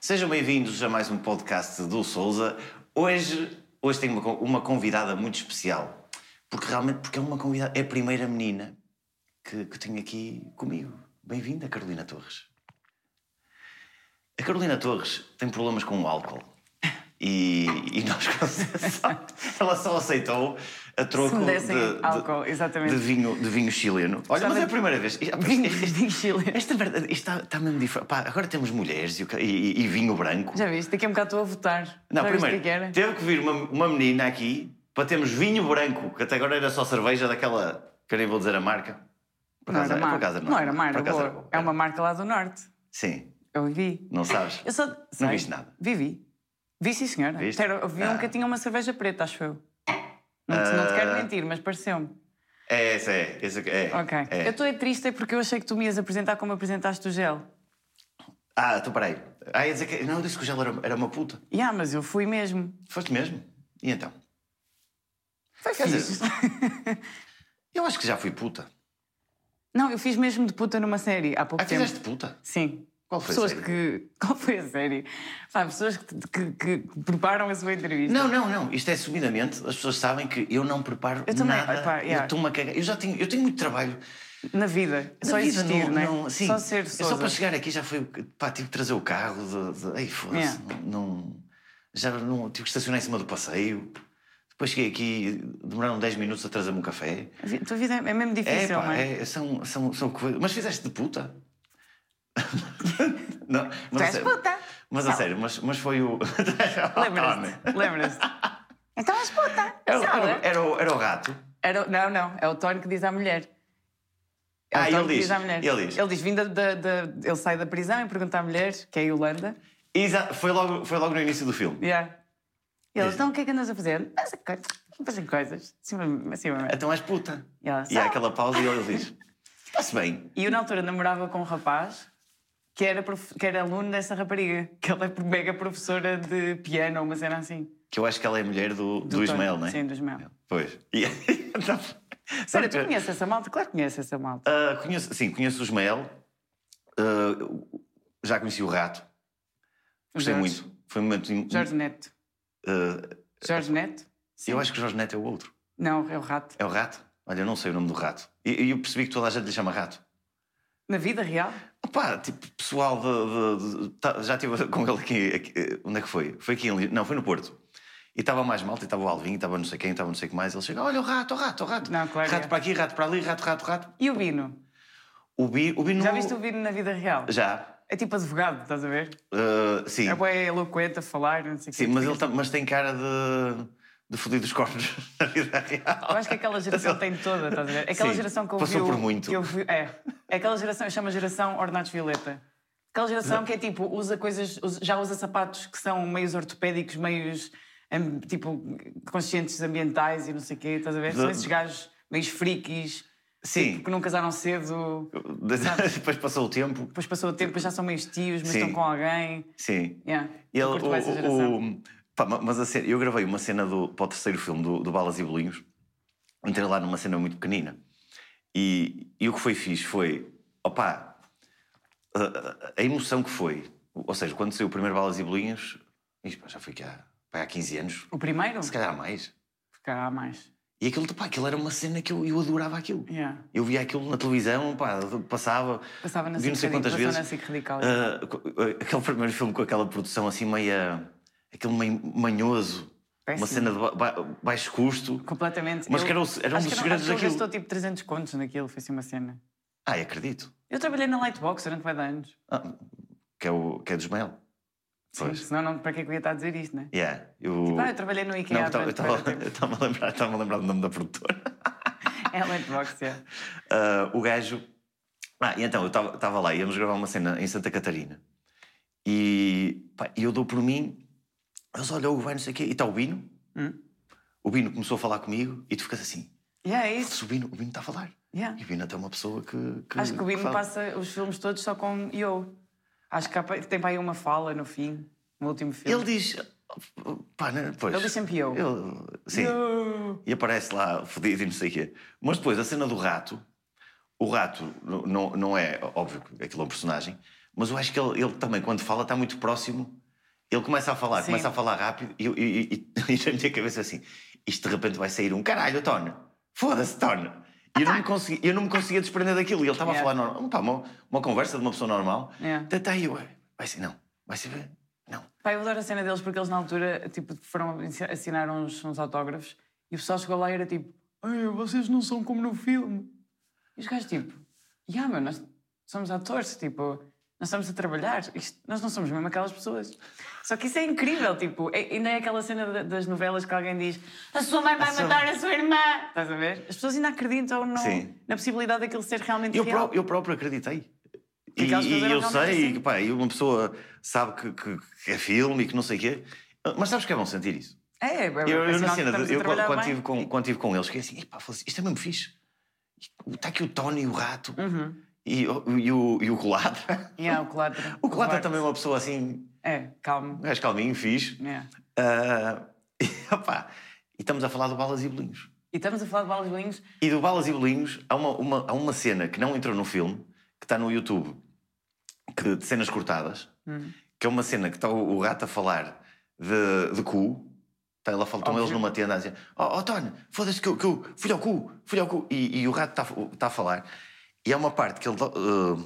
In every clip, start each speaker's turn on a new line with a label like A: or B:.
A: Sejam bem-vindos a mais um podcast do Souza. Hoje, hoje tenho uma, co- uma convidada muito especial, porque realmente porque é uma convidada, é a primeira menina que, que tenho aqui comigo. Bem-vinda, Carolina Torres. A Carolina Torres tem problemas com o álcool. E, e nós, ela só aceitou a troco
B: Se me
A: de,
B: dessem
A: de-
B: álcool, exatamente.
A: de vinho, de vinho chileno. Olha, mas é a primeira vez.
B: Vinho, vinho chileno.
A: Esta verdade, isto está, está mesmo diferente. Pá, agora temos mulheres e, o ca- e- e vinho branco.
B: Já viste? Daqui a um bocado estou a votar.
A: Não,
B: Já viste o
A: primeiro,
B: que era?
A: teve que vir uma, uma menina aqui para termos vinho branco, que até agora era só cerveja daquela que eu nem vou dizer a marca. Por
B: Não
A: acaso
B: era
A: era- por
B: mar.
A: acaso é
B: Não era mar,
A: por acaso
B: boa.
A: era boa.
B: É uma marca lá do norte.
A: Sim,
B: Eu vi.
A: não sabes.
B: Eu só. Sei.
A: viste nada?
B: Vivi. Vi, sim, senhora.
A: Viste?
B: Era- eu vi um
A: Ah.
B: que tinha uma cerveja preta, acho eu. Não te, não te quero mentir, mas pareceu-me.
A: É, esse é. Esse é, é.
B: Ok.
A: é.
B: Eu estou é triste porque eu achei que tu me ias apresentar como apresentaste o gel.
A: Ah, então peraí. Ah, ia dizer que. Não, eu disse que o gel era, era uma puta.
B: E ah, mas eu fui mesmo.
A: Foste mesmo? E então?
B: Foi
A: Quer dizer-
B: fixe.
A: Eu acho que já fui puta.
B: Não, eu fiz mesmo de puta numa série há pouco
A: Ah,
B: tempo.
A: fizeste puta?
B: Sim.
A: Qual foi a
B: pessoas
A: série?
B: que. Qual foi a série? Pá, pessoas que, que- que preparam a sua entrevista.
A: Não, não, não. Isto é subidamente. As pessoas sabem que eu não preparo
B: Eu também,
A: nada.
B: epá,
A: Eu
B: yeah.
A: estou-me a cagar. Eu já tenho, eu tenho muito trabalho.
B: Na vida.
A: Na
B: só
A: vida
B: existir,
A: não-
B: né?
A: não- sim.
B: Só ser
A: Eu
B: Sousa.
A: Só para chegar aqui já foi. o que- Pá, tive que trazer o carro. De, de, ei, foda-se.
B: Yeah.
A: Não, não- já não. Tive que estacionar em cima do passeio. Depois cheguei aqui, demoraram 10 minutos a trazer-me um café.
B: A vi- tua vida é mesmo
A: É,
B: difícil, não
A: pá,
B: é?
A: é, são, são, são coisas. Mas fizeste de puta? não, mas é- Ah,
B: Tu
A: a
B: és
A: sério-
B: puta.
A: Mas a
B: Não.
A: sério, mas, mas foi o.
B: Lembras-te? Lembras-te? Então és puta.
A: Era, o-
B: sabe?
A: era, o- era, o- era o rato.
B: Era- não, não. É o Tony que diz à mulher. É o
A: Ah,
B: Tony
A: ele
B: que
A: diz,
B: à mulher.
A: ele diz.
B: Ele diz, vindo da, da- ele sai da prisão e pergunta à mulher, que é a Yolanda.
A: Exa- foi, logo, foi logo no início do filme.
B: Yeah. E ele,
A: Diz.
B: então o que é que andas a fazer? Fazem coisas. Fazem coisas. Assim, Sim, mas- sim, mas-
A: Então és puta.
B: E ela,
A: E há
B: "Sou."
A: aquela pausa e ele diz: Está-se bem.
B: E eu, na altura, namorava com um rapaz que era, prof- que era aluno dessa rapariga, que ela é mega professora de piano, uma cena assim.
A: Que eu acho que ela é mulher do, do,
B: Tony.
A: Ismael, não é?
B: Sim, do Ismael.
A: Pois. E... Não.
B: Espera,
A: Sabe
B: tu
A: que-
B: conheces essa malta? Claro que conheces essa malta.
A: Ah, conheço, sim, conheço o Ismael. Ah, já conheci o rato. Gostei
B: Jorge.
A: muito. Foi um momento. im-
B: Jorge Neto.
A: Ah,
B: Jorge Neto? Sim.
A: eu acho que o Jorge Neto é o outro.
B: Não, é o rato.
A: É o rato. Olha, eu não sei o nome do rato. E e eu percebi que toda a gente lhe chama rato.
B: Na vida real?
A: Opa, tipo, pessoal de, de- de- tá- já estive com ele aqui, aqui, eh, Onde é que foi? Foi aqui em Li- Não, foi no Porto. E estava mais malta, e estava o Alvin, estava não sei quem, estava não sei o que mais. Ele chega, olha o rato, o rato, o rato.
B: Não, claro,
A: rato
B: é.
A: para aqui, rato para ali, rato, rato, rato.
B: E o Bino?
A: O Bi, o Bi
B: Já
A: não-
B: viste o Bino na vida real?
A: Já.
B: É tipo advogado, estás a ver?
A: Eh, sim.
B: É bem eloquente a falar, não sei o quê.
A: sim, mas ele tam- mas tem cara de, de fodido os cornos na vida real.
B: Eu acho que aquela geração tem toda, estás a ver? Aquela
A: Sim,
B: geração que eu
A: passou por muito.
B: Que eu vi, é. É Aquela geração, eu chamo a geração Ornatos Violeta. Aquela geração que é tipo, usa coisas, usa- já usa sapatos que são meios ortopédicos, meios hum, tipo conscientes ambientais e não sei o quê, estás a ver? São
A: De-
B: esses gajos meios friquis,
A: Sim.
B: que não casaram cedo,
A: Depois passou o tempo.
B: depois passou o tempo, depois já são meios tios, mas
A: Sim.
B: estão com alguém.
A: Sim.
B: Yeah.
A: Ele,
B: eu curto bem essa geração.
A: o- pá, ma- mas a cena- eu gravei uma cena do, para o terceiro filme do, do Balas e Bolinhos. Entrei lá numa cena muito pequenina. E, e o que foi fixe foi, opá, a- a, a emoção que foi. Ou seja, quando saiu o primeiro Balas e Bolinhos, isto, pá, já foi que há, pá, há 15 anos,
B: O primeiro?
A: se calhar há mais.
B: Porque há mais.
A: E aquilo, pá, aquilo era uma cena que eu, eu adorava aquilo.
B: Yeah.
A: Eu via aquilo na televisão, pá, passava.
B: Passava na
A: vi não sei
B: SIC
A: quantas
B: Radical,
A: vezes.
B: passava na SIC Radical.
A: Ah, co- ah, aquele primeiro filme com aquela produção assim meia. aquele meio manhoso.
B: Péssimo.
A: Uma cena de ba- ba- baixo custo.
B: Completamente.
A: Mas
B: É Eu-
A: que era, o- era um
B: acho
A: dos
B: que era- acho
A: segredos
B: que ele
A: daquilo.
B: gastou tipo 300 contos naquilo, foi assim uma cena.
A: Ah, acredito.
B: Eu trabalhei na Lightbox durante 40 anos.
A: Ah, que, é o, que é dos Mel. Pois.
B: Senão, não, para que é que eu ia estar a dizer isto, né?
A: Yeah, eu.
B: Ah, eu trabalhei no
A: não,
B: IKEA.
A: eu tava- eu
B: durante
A: estava
B: 40 anos.
A: a lembrar, estava a lembrar do nome da produtora.
B: É a Lightbox, é.
A: Ah, o gajo. Ah, e então, eu estava lá, íamos gravar uma cena em Santa Catarina. E pá, e eu dou por mim, eles olham, vai não sei o quê, e está o Bino.
B: Hum.
A: O Bino começou a falar comigo e tu ficas assim:
B: Yeah, é isso.
A: "Se o Bino o Bino está a falar.
B: Yeah.
A: E o Bino até é uma pessoa que.
B: Acho que o Bino
A: fala.
B: passa os filmes todos só com eu. Acho que há pa- tem para aí uma fala no fim, no último filme.
A: Ele diz. Pá, né, pois.
B: Ele diz sempre eu.
A: Ele- sim.
B: Eu.
A: E aparece lá fodido e não sei o quê. Mas depois, a cena do rato. O rato n- não, não é, óbvio, que aquilo é um personagem. Mas eu acho que ele, ele também, quando fala, está muito próximo. Ele começa a falar,
B: Sim.
A: começa a falar rápido e, eu- e- e- e na minha cabeça assim: isto de repente vai sair um caralho, Tony. Foda-se, Tony. E eu não, me consegui- eu não me conseguia desprender daquilo. E ele estava
B: Yeah.
A: a falar normal, pá, uma, uma conversa de uma pessoa normal. Tá,
B: Yeah.
A: Está aí, ué. Vai ser não. Vai ser bem. Não.
B: Pá, eu adoro a cena deles porque eles na altura tipo, foram ensi- assinar uns, uns autógrafos e o pessoal chegou lá e era tipo: Ei, vocês não são como no filme. E os gajos tipo: Ya, meu, nós somos atores, tipo, nós estamos a trabalhar, isto- nós não somos mesmo aquelas pessoas. Só que isso é incrível, tipo, é- ainda é aquela cena da- das novelas que alguém diz: A sua mãe vai
A: sua-
B: matar a sua irmã. Estás a ver? As pessoas ainda acreditam no-
A: Sim.
B: na possibilidade daquilo ser realmente
A: Eu,
B: real.
A: pró- eu próprio acreditei. E,
B: Aquelas pessoas
A: e
B: eram
A: eu
B: realmente
A: sei,
B: assim.
A: e, pá, e uma pessoa sabe que, que- que é filme e que não sei o quê. Mas sabes que é bom sentir isso?
B: É, é, é,
A: Eu, eu
B: é
A: na
B: sinal que
A: cena,
B: estamos
A: de,
B: a
A: eu, quando,
B: trabalhar
A: quando
B: bem.
A: tive com, quando tive com eles, fiquei assim, "Epá, foda-se, isto é mesmo fixe. Está aqui o Tony, o rato,
B: Uhum.
A: e, o- e o, e o Colatra.
B: Yeah, o Colatra.
A: O Colatra
B: Duarte.
A: também é uma pessoa assim,
B: É, calmo.
A: um gajo calminho, fixe.
B: É.
A: Ah, e, opá, e estamos a falar do Balas e Bolinhos.
B: E estamos a falar de balas bolinhos.
A: E do Balas e Bolinhos, há uma, uma- há uma cena que não entrou no filme, que está no YouTube, que, de cenas cortadas, que é uma cena que está o, o rato a falar de, de cu. Tá, ela fala, estão
B: Óbvio.
A: eles numa tenda a dizer: Oh, oh Tony, foda-se que eu, que eu fui ao cu, fui ao cu. E, e o rato está a falar. E há uma parte que ele eh,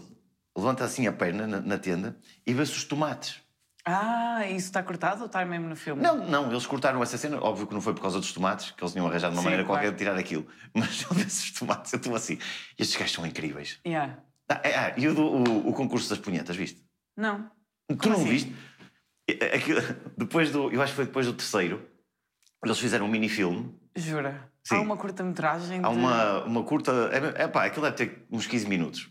A: levanta assim a perna na, na tenda e vê-se os tomates.
B: Ah, isso está cortado ou está mesmo no filme?
A: Não, não, eles cortaram essa cena. Óbvio que não foi por causa dos tomates, que eles tinham arranjado uma
B: Sim,
A: maneira
B: claro.
A: qualquer de tirar aquilo. Mas eu vejo os tomates, eu estou assim. Estes gajos são incríveis.
B: Yeah.
A: Ah, é, ah, e o, do- o- o concurso das punhetas, viste?
B: Não.
A: tu
B: Como
A: não
B: assim?
A: viste? É, é, aquilo- depois do, eu acho que foi depois do terceiro, eles fizeram um mini-filme.
B: Jura?
A: Sim.
B: Há uma curta-metragem.
A: Há
B: de-
A: uma, uma curta. É, é pá, aquilo deve ter uns 15 minutos.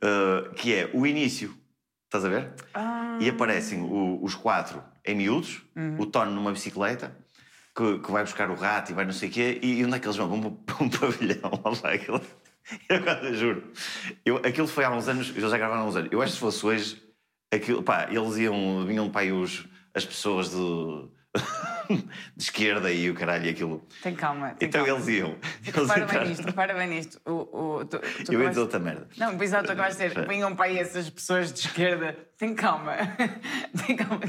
A: Ah, que é o início. Estás a ver?
B: Ah,
A: E aparecem o- os quatro em miúdos,
B: Uhum.
A: o Tony numa bicicleta, que, que vai buscar o rato e vai não sei o quê, e, e onde é que eles vão? Vão para para um pavilhão, lá vai aquilo. Eu quase juro. Eu, aquilo foi há uns anos, eles já gravaram há uns anos. Eu acho que se fosse hoje, aquilo, pá, eles iam, vinham para aí os, as pessoas do, de esquerda e o caralho e aquilo.
B: Tem calma. Tem
A: Então
B: calma.
A: eles iam. Eles
B: Repara bem
A: entraram-
B: nisto, repara bem nisto. O, o, tu, tu
A: eu ia
B: acabaste-
A: dizer outra merda.
B: Não, pois exato, acabaste de dizer.
A: Espera.
B: Venham para aí essas pessoas de esquerda. Tem calma. Tem calma.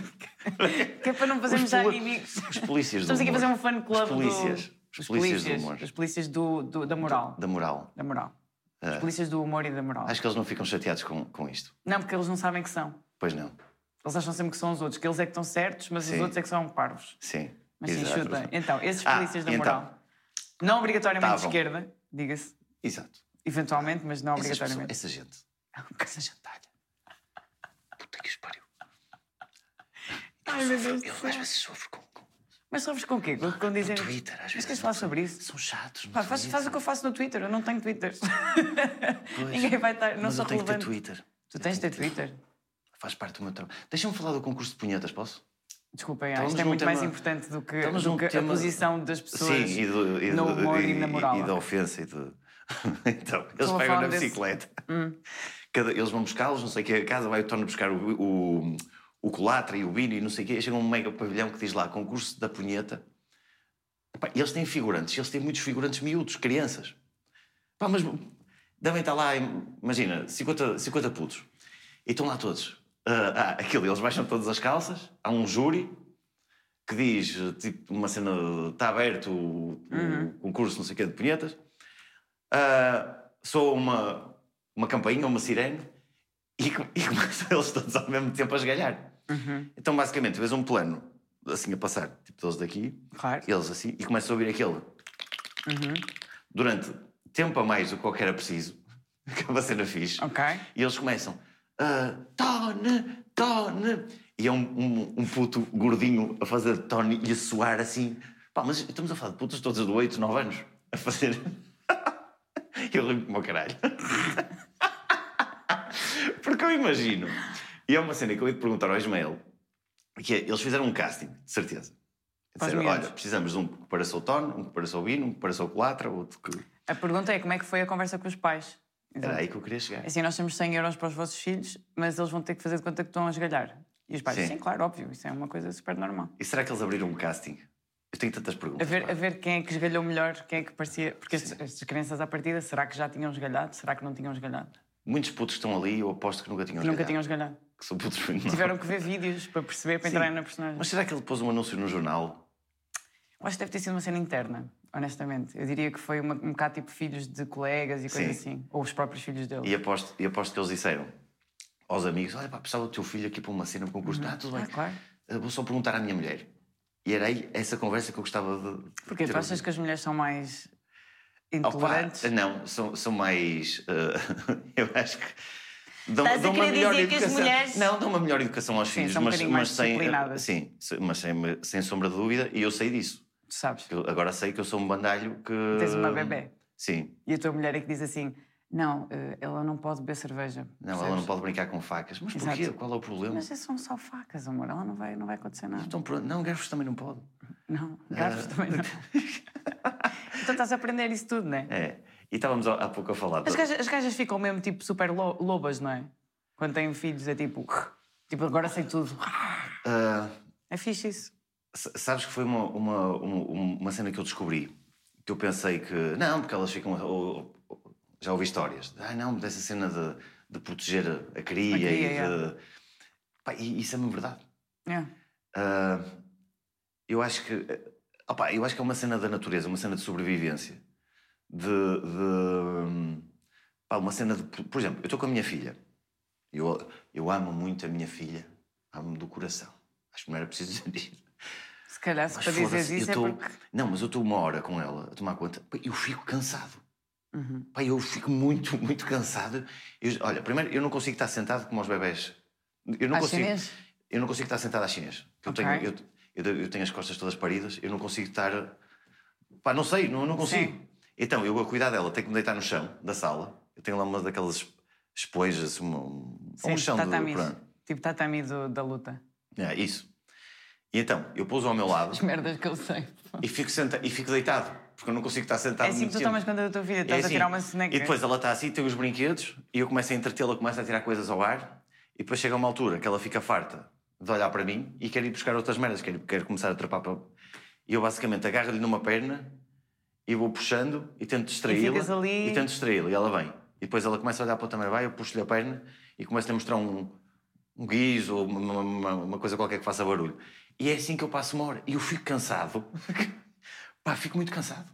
B: Que é para não fazermos
A: Os
B: já
A: poli-
B: inimigos.
A: Os polícias do
B: Estamos aqui a
A: humor.
B: fazer um fã club
A: Os polícias.
B: do...
A: Os polícias do humor.
B: Os polícias do, do- da moral.
A: Da moral.
B: Da moral. Os polícias do humor e da moral.
A: Acho que eles não ficam chateados com, com isto.
B: Não, porque eles não sabem que são.
A: Pois não.
B: Eles acham sempre que são os outros, que eles é que estão certos, mas os
A: Sim.
B: outros é que são parvos.
A: Sim.
B: Mas sim,
A: exato.
B: chuta. Então, esses
A: Ah,
B: polícias da
A: então. Tá
B: moral. Não obrigatoriamente de
A: Estavam.
B: esquerda, diga-se.
A: Exato.
B: Eventualmente, mas não
A: Essas pessoas-
B: obrigatoriamente.
A: essa gente.
B: Essa jantalha.
A: Puta que os pariu.
B: Ai, meu Deus do
A: Eu às
B: céu.
A: vezes sofro com, com
B: Mas sofres com o quê? Com, com dizerem...
A: Twitter. Às
B: Mas
A: vezes
B: queres
A: não
B: falar sobre isso?
A: São chatos. no
B: Pá, faz,
A: Twitter,
B: faz o que eu faço no Twitter. Eu não tenho Twitter.
A: pois.
B: Ninguém vai estar... Não
A: Mas
B: sou
A: eu tenho
B: relevante.
A: que ter Twitter.
B: Tu tens de ter Twitter?
A: Faz parte do meu trabalho. Deixa-me falar do concurso de punhetas, posso?
B: Desculpem, ah,
A: Estamos
B: isto é
A: num
B: muito mais
A: um tema-
B: importante do que,
A: estamos
B: do
A: num
B: que a
A: tema-
B: posição das pessoas
A: Sim, e, do, e,
B: no
A: do-
B: humor e,
A: e-
B: na moral.
A: e da ofensa e do. então, eles
B: a
A: pegam
B: falar
A: na
B: desse- Hum.
A: bicicleta. Cada- eles vão buscá-los, não sei o que, a casa vai o Tony buscar o, o, o colatra e o Bino e não sei o quê. Chega um mega pavilhão que diz lá concurso da punheta. Pá, eles têm figurantes, eles têm muitos figurantes miúdos, crianças. Pá, mas devem estar lá, imagina, 50, 50 putos. E estão lá todos. Ah, ah, aquilo, eles baixam todas as calças, há um júri que diz, tipo, uma cena, está aberto o, o concurso, não sei o quê, de punhetas. Ah, sou uma, uma campainha, uma sirene, e, co- e começam eles todos ao mesmo tempo a esgalhar. Então, basicamente, vês um plano, assim, a passar, tipo, eles daqui,
B: Claro.
A: eles assim, e começa a ouvir aquele. Durante tempo a mais do que qualquer era preciso, que é uma cena fixe.
B: Ok.
A: E eles começam. ah, Tony, Tony. E é um, um, um puto gordinho a fazer de Tony e a suar assim. Pá, mas estamos a falar de putos todos de 8, 9 anos a fazer. eu lembro como ao caralho. Porque eu imagino. E é uma cena que eu ia te perguntar ao Ismael. Que é, eles fizeram um casting, de certeza.
B: Para os
A: Disseram,
B: miúdos.
A: olha, precisamos de um que pareça o Tony, um que pareça o Bino, um que pareça o Colatra, outro que...
B: A pergunta é como é que foi a conversa com os pais?
A: Era aí que eu queria chegar.
B: Assim, nós temos 100 euros para os vossos filhos, mas eles vão ter que fazer de conta que estão a esgalhar. E os pais, sim,
A: Sim.
B: claro, óbvio, isso é uma coisa super normal.
A: E será que eles abriram um casting? Eu tenho tantas
B: A
A: perguntas.
B: ver,
A: pá.
B: a ver quem é que esgalhou melhor, quem é que parecia. Porque estes- estas crianças à partida, será que já tinham esgalhado? Será que não tinham esgalhado?
A: Muitos putos que estão ali, eu aposto que nunca tinham
B: que nunca
A: esgalhado.
B: tinham esgalhado.
A: Que são putos muito novos.
B: Tiveram que ver vídeos para perceber, para
A: Sim.
B: entrarem na personagem.
A: Mas será que ele pôs um anúncio no jornal?
B: Eu Acho que deve ter sido uma cena interna, honestamente. Eu diria que foi uma, um bocado tipo filhos de colegas e coisas
A: Sim.
B: assim. Ou os próprios filhos dele.
A: E aposto, e aposto que eles disseram aos amigos: Olha, pá, precisava do teu filho aqui para uma cena, para um concurso. Ah, tudo bem.
B: Ah, claro.
A: Eu Vou só perguntar à minha mulher. E era aí essa conversa que eu gostava de. de
B: Porquê?
A: ter
B: Tu achas
A: ouvido.
B: que as mulheres são mais
A: Opa, é-
B: intolerantes?
A: não, são, são mais. eh, eu acho que. Dão,
B: Estás a querer dizer que as mulheres-
A: Não, dão uma melhor educação aos filhos,
B: são um
A: mas,
B: bocadinho mais
A: mas sem. eh,
B: disciplinadas.
A: Sim, se- mas sem, eh, sem sombra de dúvida, e eu sei disso.
B: Tu sabes.
A: Eu agora sei que eu sou um bandalho que.
B: Tens uma bebê.
A: Sim.
B: E a tua mulher é que diz assim: não, eh, ela não pode beber cerveja.
A: Não, ela
B: percebes?
A: não pode brincar com facas. Mas porquê?
B: Exato.
A: Qual é o problema?
B: Mas são só facas, amor. Ela não vai, não vai acontecer nada.
A: Então, pronto, não, garfos também não pode.
B: Não,
A: Eh,
B: garfos também não. então estás a aprender isso tudo, não é?
A: É. E estávamos há há pouco a falar.
B: As
A: de-
B: gajas, as gajas ficam mesmo tipo super lo- lobas, não é? Quando têm filhos é tipo. Tipo, agora sei tudo.
A: Ah,
B: É fixe isso.
A: S- Sabes que foi uma, uma, uma, uma cena que eu descobri. Que eu pensei que. Não, porque elas ficam. ou- ou- já ouvi histórias. Ah, não, dessa cena de, de proteger a- a cria,
B: A cria,
A: e de.
B: é.
A: Pá, e isso é mesmo verdade.
B: É.
A: Ah, eu acho que. ah pá, eu acho que é uma cena da natureza, uma cena de sobrevivência. De. de pá, uma cena de. Por exemplo, eu estou com a minha filha. Eu, eu amo muito a minha filha. Amo do coração. Acho que não era preciso dizer isto.
B: Se calhar, se
A: Mas
B: para dizeres
A: foda-se, eu
B: isso é
A: tô-
B: porque.
A: Não, mas eu estou uma hora com ela a tomar conta. Pá, Eu fico cansado.
B: Uhum.
A: Pá, eu fico muito, muito cansado. Eu- olha, primeiro, eu não consigo estar sentado como os bebés. Eu não
B: Às
A: consigo.
B: chinês?
A: Eu não consigo estar sentado à chinês. Eu,
B: Ok.
A: tenho, eu, eu- eu tenho as costas todas paridas. Eu não consigo estar. Pá, não sei, não, não consigo.
B: Sim.
A: Então, eu a cuidar dela, tenho que me deitar no chão da sala. Eu tenho lá uma daquelas es- esponjas, uma, um, um chão de.
B: tatamis.
A: pronto.
B: Tipo, tatami do- da luta.
A: É, isso. E então, eu pouso ao meu lado.
B: As merdas que eu sei.
A: E fico, senta e fico deitado, porque eu não consigo estar sentado
B: É assim que
A: Tá muito
B: tu
A: tempo.
B: tomas conta da tua vida,
A: É
B: estás a tirar
A: assim.
B: uma soneca.
A: E depois ela está assim, tem os brinquedos, e eu começo a entretê-la, começo a tirar coisas ao ar, e depois chega uma altura que ela fica farta de olhar para mim e quer ir buscar outras merdas, quer, quer começar a atrapar para. E eu basicamente agarro-lhe numa perna e vou puxando e tento distraí-la.
B: ficas ali.
A: e tento distraí-la, e ela vem. E depois ela começa a olhar para outra também, vai, eu puxo-lhe a perna e começo-lhe a mostrar um, um guiso ou uma, uma- uma- uma coisa qualquer que faça barulho. E é assim que eu passo uma hora. E eu fico cansado. Pá, fico muito cansado.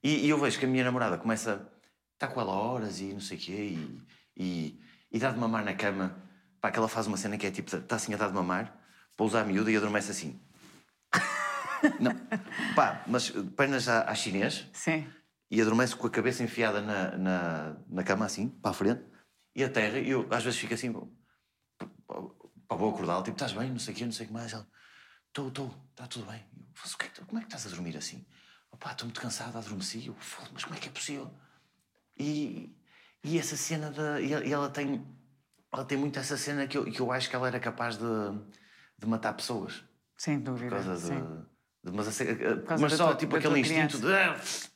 A: E, e eu vejo que a minha namorada começa. Está com ela horas e não sei o quê. E, e, e dá de mamar na cama. Pá, que ela faz uma cena que é tipo. Está assim a dar de mamar, pousa a miúda e adormece assim. não. Pá, mas eh, pernas à, à chinês
B: Sim.
A: e adormeço com a cabeça enfiada na, na, na cama, assim, para a frente, e a terra, e eu às vezes fico assim, pá, vou acordá-la, tipo, estás bem, não sei o quê, não sei o que mais. Ela, estou, estou, está tudo bem. Eu, "Mas o que é que tu- como é que estás a dormir assim? Opá, estou muito cansado, adormeci. Eu, foda mas como é que é possível? E, e essa cena da. E ela- e ela tem. Ela tem muito essa cena que eu, que eu acho que ela era capaz de, de matar pessoas.
B: Sem
A: Por
B: dúvida.
A: causa de.
B: sim.
A: de- mas a ce-
B: causa
A: mas
B: da
A: só
B: tua-
A: tipo
B: da
A: aquele
B: tua
A: instinto de.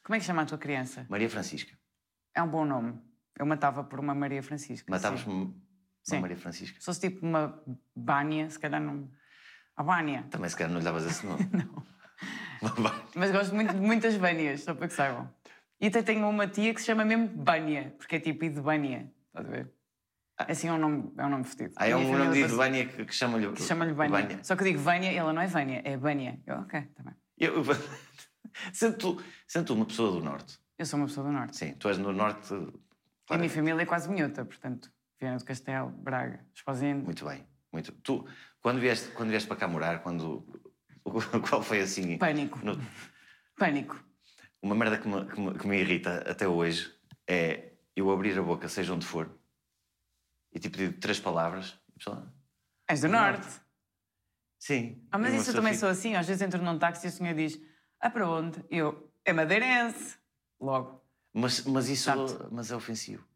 B: Como é que chama a tua criança?
A: Maria Francisca.
B: É um bom nome. Eu matava por uma Maria Francisca. sim.
A: Matavas-me uma
B: Sim.
A: Maria Francisca.
B: Se fosse tipo uma Bânia, se calhar não. A Bânia.
A: Também se calhar não lhe davas esse nome. não.
B: Mas gosto muito de muitas Bânias, só para que saibam. E até tenho uma tia que se chama mesmo Bânia, porque é tipo Idebânia. Estás a ver? Assim é um nome, é um nome fodido.
A: Ah, é
B: A minha
A: um nome de
B: família parece-
A: Vânia que, que chama-lhe.
B: que Chama-lhe Vânia. Só que eu digo Vânia e ela não é Vânia, é Bânia. Eu, ok, está bem.
A: Eu, sendo, tu, sendo tu uma pessoa do Norte,
B: Eu sou uma pessoa do Norte.
A: sim, tu és no Norte.
B: E a minha
A: claramente.
B: família é quase minhota, portanto. Viana do Castelo, Braga, Esposende.
A: Muito bem. Muito. Tu, quando vieste, quando vieste para cá morar, quando. Qual foi assim.
B: Pânico.
A: no-
B: Pânico.
A: Uma merda que me, que, me, que me irrita até hoje é eu abrir a boca, seja onde for, e tipo digo três palavras, e a pessoa.
B: És do Norte.
A: Sim.
B: Ah, mas
A: E uma
B: isso eu
A: pessoa
B: também
A: fica-
B: sou assim. Às vezes entro num táxi e o senhor diz: Ah, para onde? Eu, é madeirense. Logo.
A: Mas, mas isso
B: Sabe-te?
A: mas é ofensivo.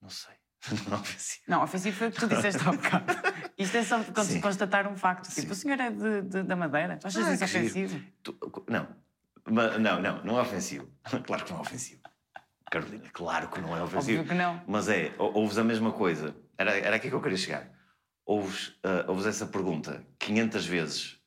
A: Não sei. Não é ofensivo.
B: Não, ofensivo foi o que tu disseste há bocado. Isto é só de con-
A: Sim.
B: constatar um facto. Tipo,
A: Sim.
B: o senhor é de, de- da Madeira. Tu achas
A: Ah,
B: isso
A: que giro.
B: ofensivo?
A: Tu- não. Ma- não, não, não é ofensivo. Claro que não é ofensivo. Carolina, claro que não é ofensivo.
B: Óbvio que não.
A: Mas é, ou- ouves a mesma coisa. Era, era aqui que eu queria chegar. Ouves, ah, ouves essa pergunta 500 vezes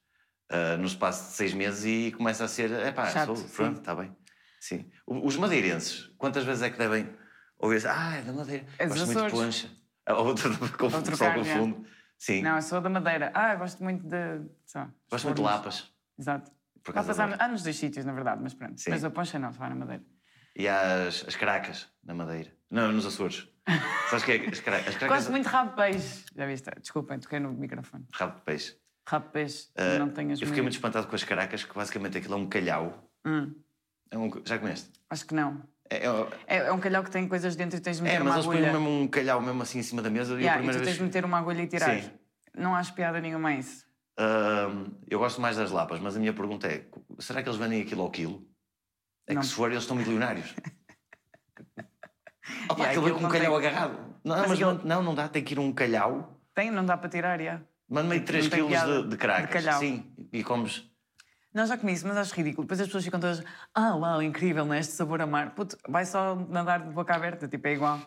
A: ah, no espaço de seis meses e começa a ser. É pá,
B: Chato,
A: sou, pronto, está bem. Sim. O- Os madeirenses, quantas vezes é que devem. ouvia-se, ah, é da Madeira.
B: É dos
A: Gosto muito de
B: Açores.
A: poncha. A outra confundo,
B: Outro
A: só
B: carne, é.
A: confundo. Sim.
B: Não, eu sou da Madeira. Ah, eu gosto muito de. sei lá,
A: Gosto muito de
B: fornos.
A: lapas.
B: Exato.
A: Por
B: Lá
A: acaso
B: passámos
A: adoro.
B: anos dos sítios, na verdade, mas pronto.
A: Sim.
B: Mas a poncha não, só vai na Madeira.
A: E há as, as caracas na Madeira. Não, nos Açores. Sabes o que é? As caracas. As caracas
B: Gosto muito de rabo de peixe. Já viste? Desculpem, toquei no microfone.
A: Rabo de peixe.
B: Rabo de peixe,
A: Ah,
B: não tenhas
A: Eu fiquei muito
B: medo.
A: espantado com as caracas, que basicamente aquilo é um calhau.
B: Hum,
A: É um- já comeste?
B: acho que não.
A: É, é-
B: É, é um calhau que tem coisas dentro e tens de
A: é,
B: meter
A: mas
B: uma
A: eles põem
B: agulha.
A: mesmo um calhau mesmo assim em cima da mesa e
B: Yeah,
A: a
B: e tu
A: primeira
B: tens
A: vez.
B: de meter uma agulha e tirar.
A: Sim.
B: Não acho piada nenhuma a isso.
A: Ahm, eu gosto mais das lapas, mas a minha pergunta é: será que eles vendem aquilo ao quilo? É
B: Não.
A: que se for, eles estão milionários. Opa,
B: Yeah,
A: aquilo é
B: aquilo
A: com um
B: não
A: calhau
B: tem-
A: agarrado. Não, mas
B: aquilo-
A: não, não, não dá, tem que ir um calhau.
B: Tem, não dá para tirar, yeah.
A: Manda-me
B: Não
A: 3
B: tem
A: quilos
B: piada.
A: de, de caracas.
B: De calhau.
A: Sim, e comes.
B: Não, já comi isso, mas acho ridículo. Depois as pessoas ficam todas, ah, uau, incrível, né? Este sabor a mar. Puto, vai só nadar de boca aberta, tipo, é igual.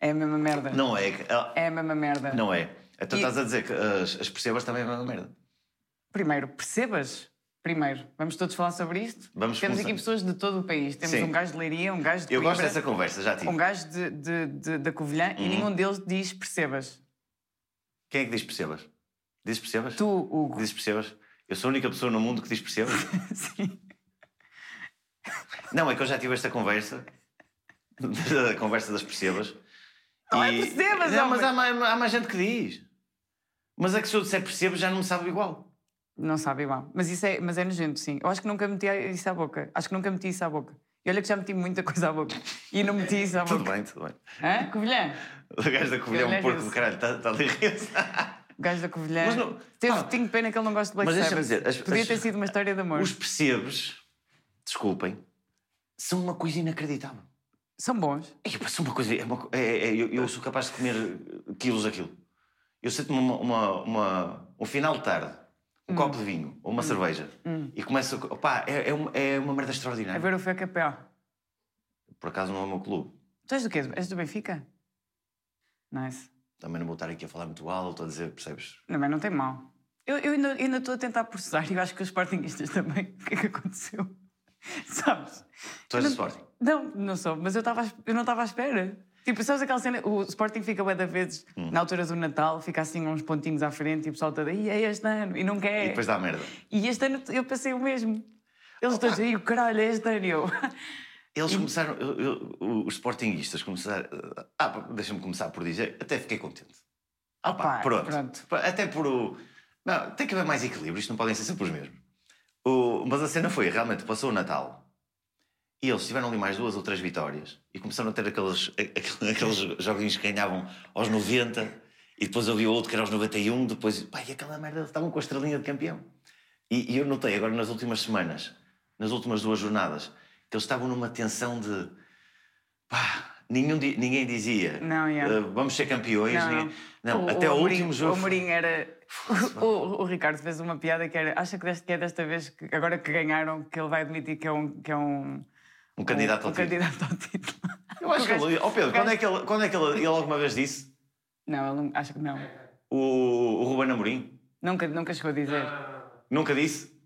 B: É a mesma merda.
A: Não é. que- ah,
B: É a mesma merda.
A: Não é. Então
B: E-
A: estás a dizer que as, as percebas também é uma merda.
B: Primeiro, percebas? Primeiro, vamos todos falar sobre isto?
A: Vamos
B: Temos
A: começar.
B: aqui pessoas de todo o país. Temos
A: Sim.
B: um gajo de Leiria, um gajo de
A: Eu gosto
B: Coimbra,
A: dessa Uhum. conversa, já tive.
B: um gajo de, de- de- da Covilhã e nenhum deles diz percebas.
A: Quem é que diz percebas? Diz percebas?
B: Tu, Hugo.
A: Diz percebas? Eu sou a única pessoa no mundo que diz percebas?
B: Sim.
A: Não, é que eu já tive esta conversa. A conversa das percebas.
B: Não é percebas,
A: Não,
B: homem.
A: mas há, mais- há mais gente que diz. Mas é que se eu disser percebas já não me sabe igual.
B: Não sabe igual. Mas isso é, mas é nojento, sim. Eu acho que nunca meti isso à boca. Acho que nunca meti isso à boca. E olha que já meti muita coisa à boca. E não meti isso à
A: Tudo
B: boca.
A: bem, tudo bem.
B: Hã? Covilhã?
A: O gajo da Covilhã é um
B: Covilhã
A: porco
B: riu-se.
A: do caralho, está está ali a rir-se.
B: O gajo da Covilhã.
A: Mas não-
B: Teve,
A: Ah.
B: tenho pena que ele não goste de Black
A: Mas deixa-me
B: Sabbath.
A: dizer, as-
B: Podia
A: as-
B: ter sido uma história de amor.
A: Os percebes, desculpem, são uma coisa inacreditável.
B: São bons.
A: É que parece uma coisa. é uma co- é- é- eu, eu sou capaz de comer eh, quilos aquilo. Eu sinto-me uma, uma- uma- um final de tarde,
B: Hum.
A: um copo de vinho ou uma cerveja e começo. a co- Opá, é, é uma, é uma merda
B: A
A: extraordinária.
B: Hum. ver o FKPO.
A: Por acaso não é o meu clube.
B: Tu és do quê? És do Benfica? Nice.
A: Também não vou estar aqui a falar muito alto, a dizer, percebes?
B: Não, mas não tem mal. Eu, eu ainda ainda estou a tentar processar e eu acho que os Sportingistas também. O que é que aconteceu? Sabes?
A: Tu és do Sporting.
B: Não, não sou, mas eu, tava, à es- eu não estava à espera. Tipo, sabes aquela cena? O Sporting fica bué da vezes,
A: Hum.
B: na altura do Natal, fica assim uns pontinhos à frente e o pessoal todo, "Ih, é este ano, e nunca é.
A: E
B: E,
A: depois dá merda.
B: este ano eu passei o mesmo. Eles todos, aí o caralho, é este ano. E eu,
A: Eles começaram, eu- eu- os sportinguistas começaram. Ah, pá, deixa-me começar por dizer, até fiquei contente. Ah, pá,
B: Opa,
A: pronto.
B: pronto.
A: Pá, Até por o. Não, tem que haver mais equilíbrio, isto não podem ser sempre os mesmos. O- Mas a cena foi, realmente, passou o Natal e eles tiveram ali mais duas ou três vitórias e começaram a ter aqueles, aqu- aqueles joguinhos que ganhavam aos 90 e depois havia outro que era aos 91, depois, pá, e aquela merda, estavam com a estrelinha de campeão. E, e eu notei agora nas últimas semanas, nas últimas duas jornadas, que eles estavam numa tensão de. pá, nenhum di- ninguém dizia.
B: Não, yeah.
A: "Eh, vamos ser campeões.
B: Não,
A: ninguém-
B: não.
A: não, até o,
B: Amorim-
A: último jogo.
B: O Amorim era. O, o- o Ricardo fez uma piada que era. Acha que, deste, que é desta vez, que, agora que ganharam, que ele vai admitir que é um. Que é um
A: um candidato
B: um,
A: ao
B: um
A: título.
B: candidato ao título.
A: Eu acho
B: O
A: que
B: gajo-
A: ele. Oh Pedro,
B: o
A: quando
B: gajo-
A: é que, ele, quando é que ele, ele alguma vez disse?
B: Não, ele não, acho que não.
A: O, o Ruben Amorim?
B: Nunca, nunca chegou a dizer.
A: Nunca disse?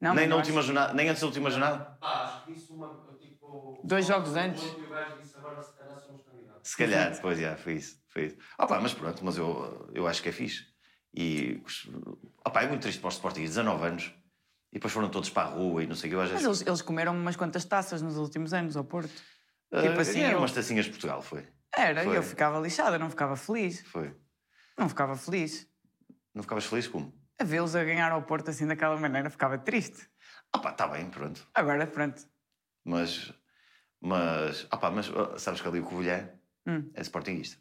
B: Não,
A: nem
B: mas
A: na
B: eu
A: última jornada, nem antes da última jornada?
C: Pá, acho que isso uma. Tipo,
B: Dois jogos antes.
C: ontem O gajo disse agora se calhar somos candidatos.
A: Se calhar, pois já, foi isso. Foi isso. Ah pá, mas pronto, mas eu, eu acho que é fixe. E ah pá, é muito triste para os Sportingistas, 19 anos. E depois foram todos para a rua e não sei o que. Eu às
B: Mas
A: vezes.
B: eles, eles comeram umas quantas taças nos últimos anos ao Porto.
A: Ah,
B: tipo assim,
A: ganharam
B: eu-
A: umas tacinhas de Portugal, foi.
B: Era, e
A: Foi.
B: eu ficava lixada, não ficava feliz.
A: Foi.
B: Não ficava feliz.
A: Não ficavas feliz como?
B: A vê-los a ganhar ao Porto assim daquela maneira ficava triste.
A: Ah pá, está bem, pronto.
B: Agora, pronto.
A: Mas. Mas. Ah pá, mas ah, sabes que ali o Covilhã
B: Hum.
A: é Sportingista.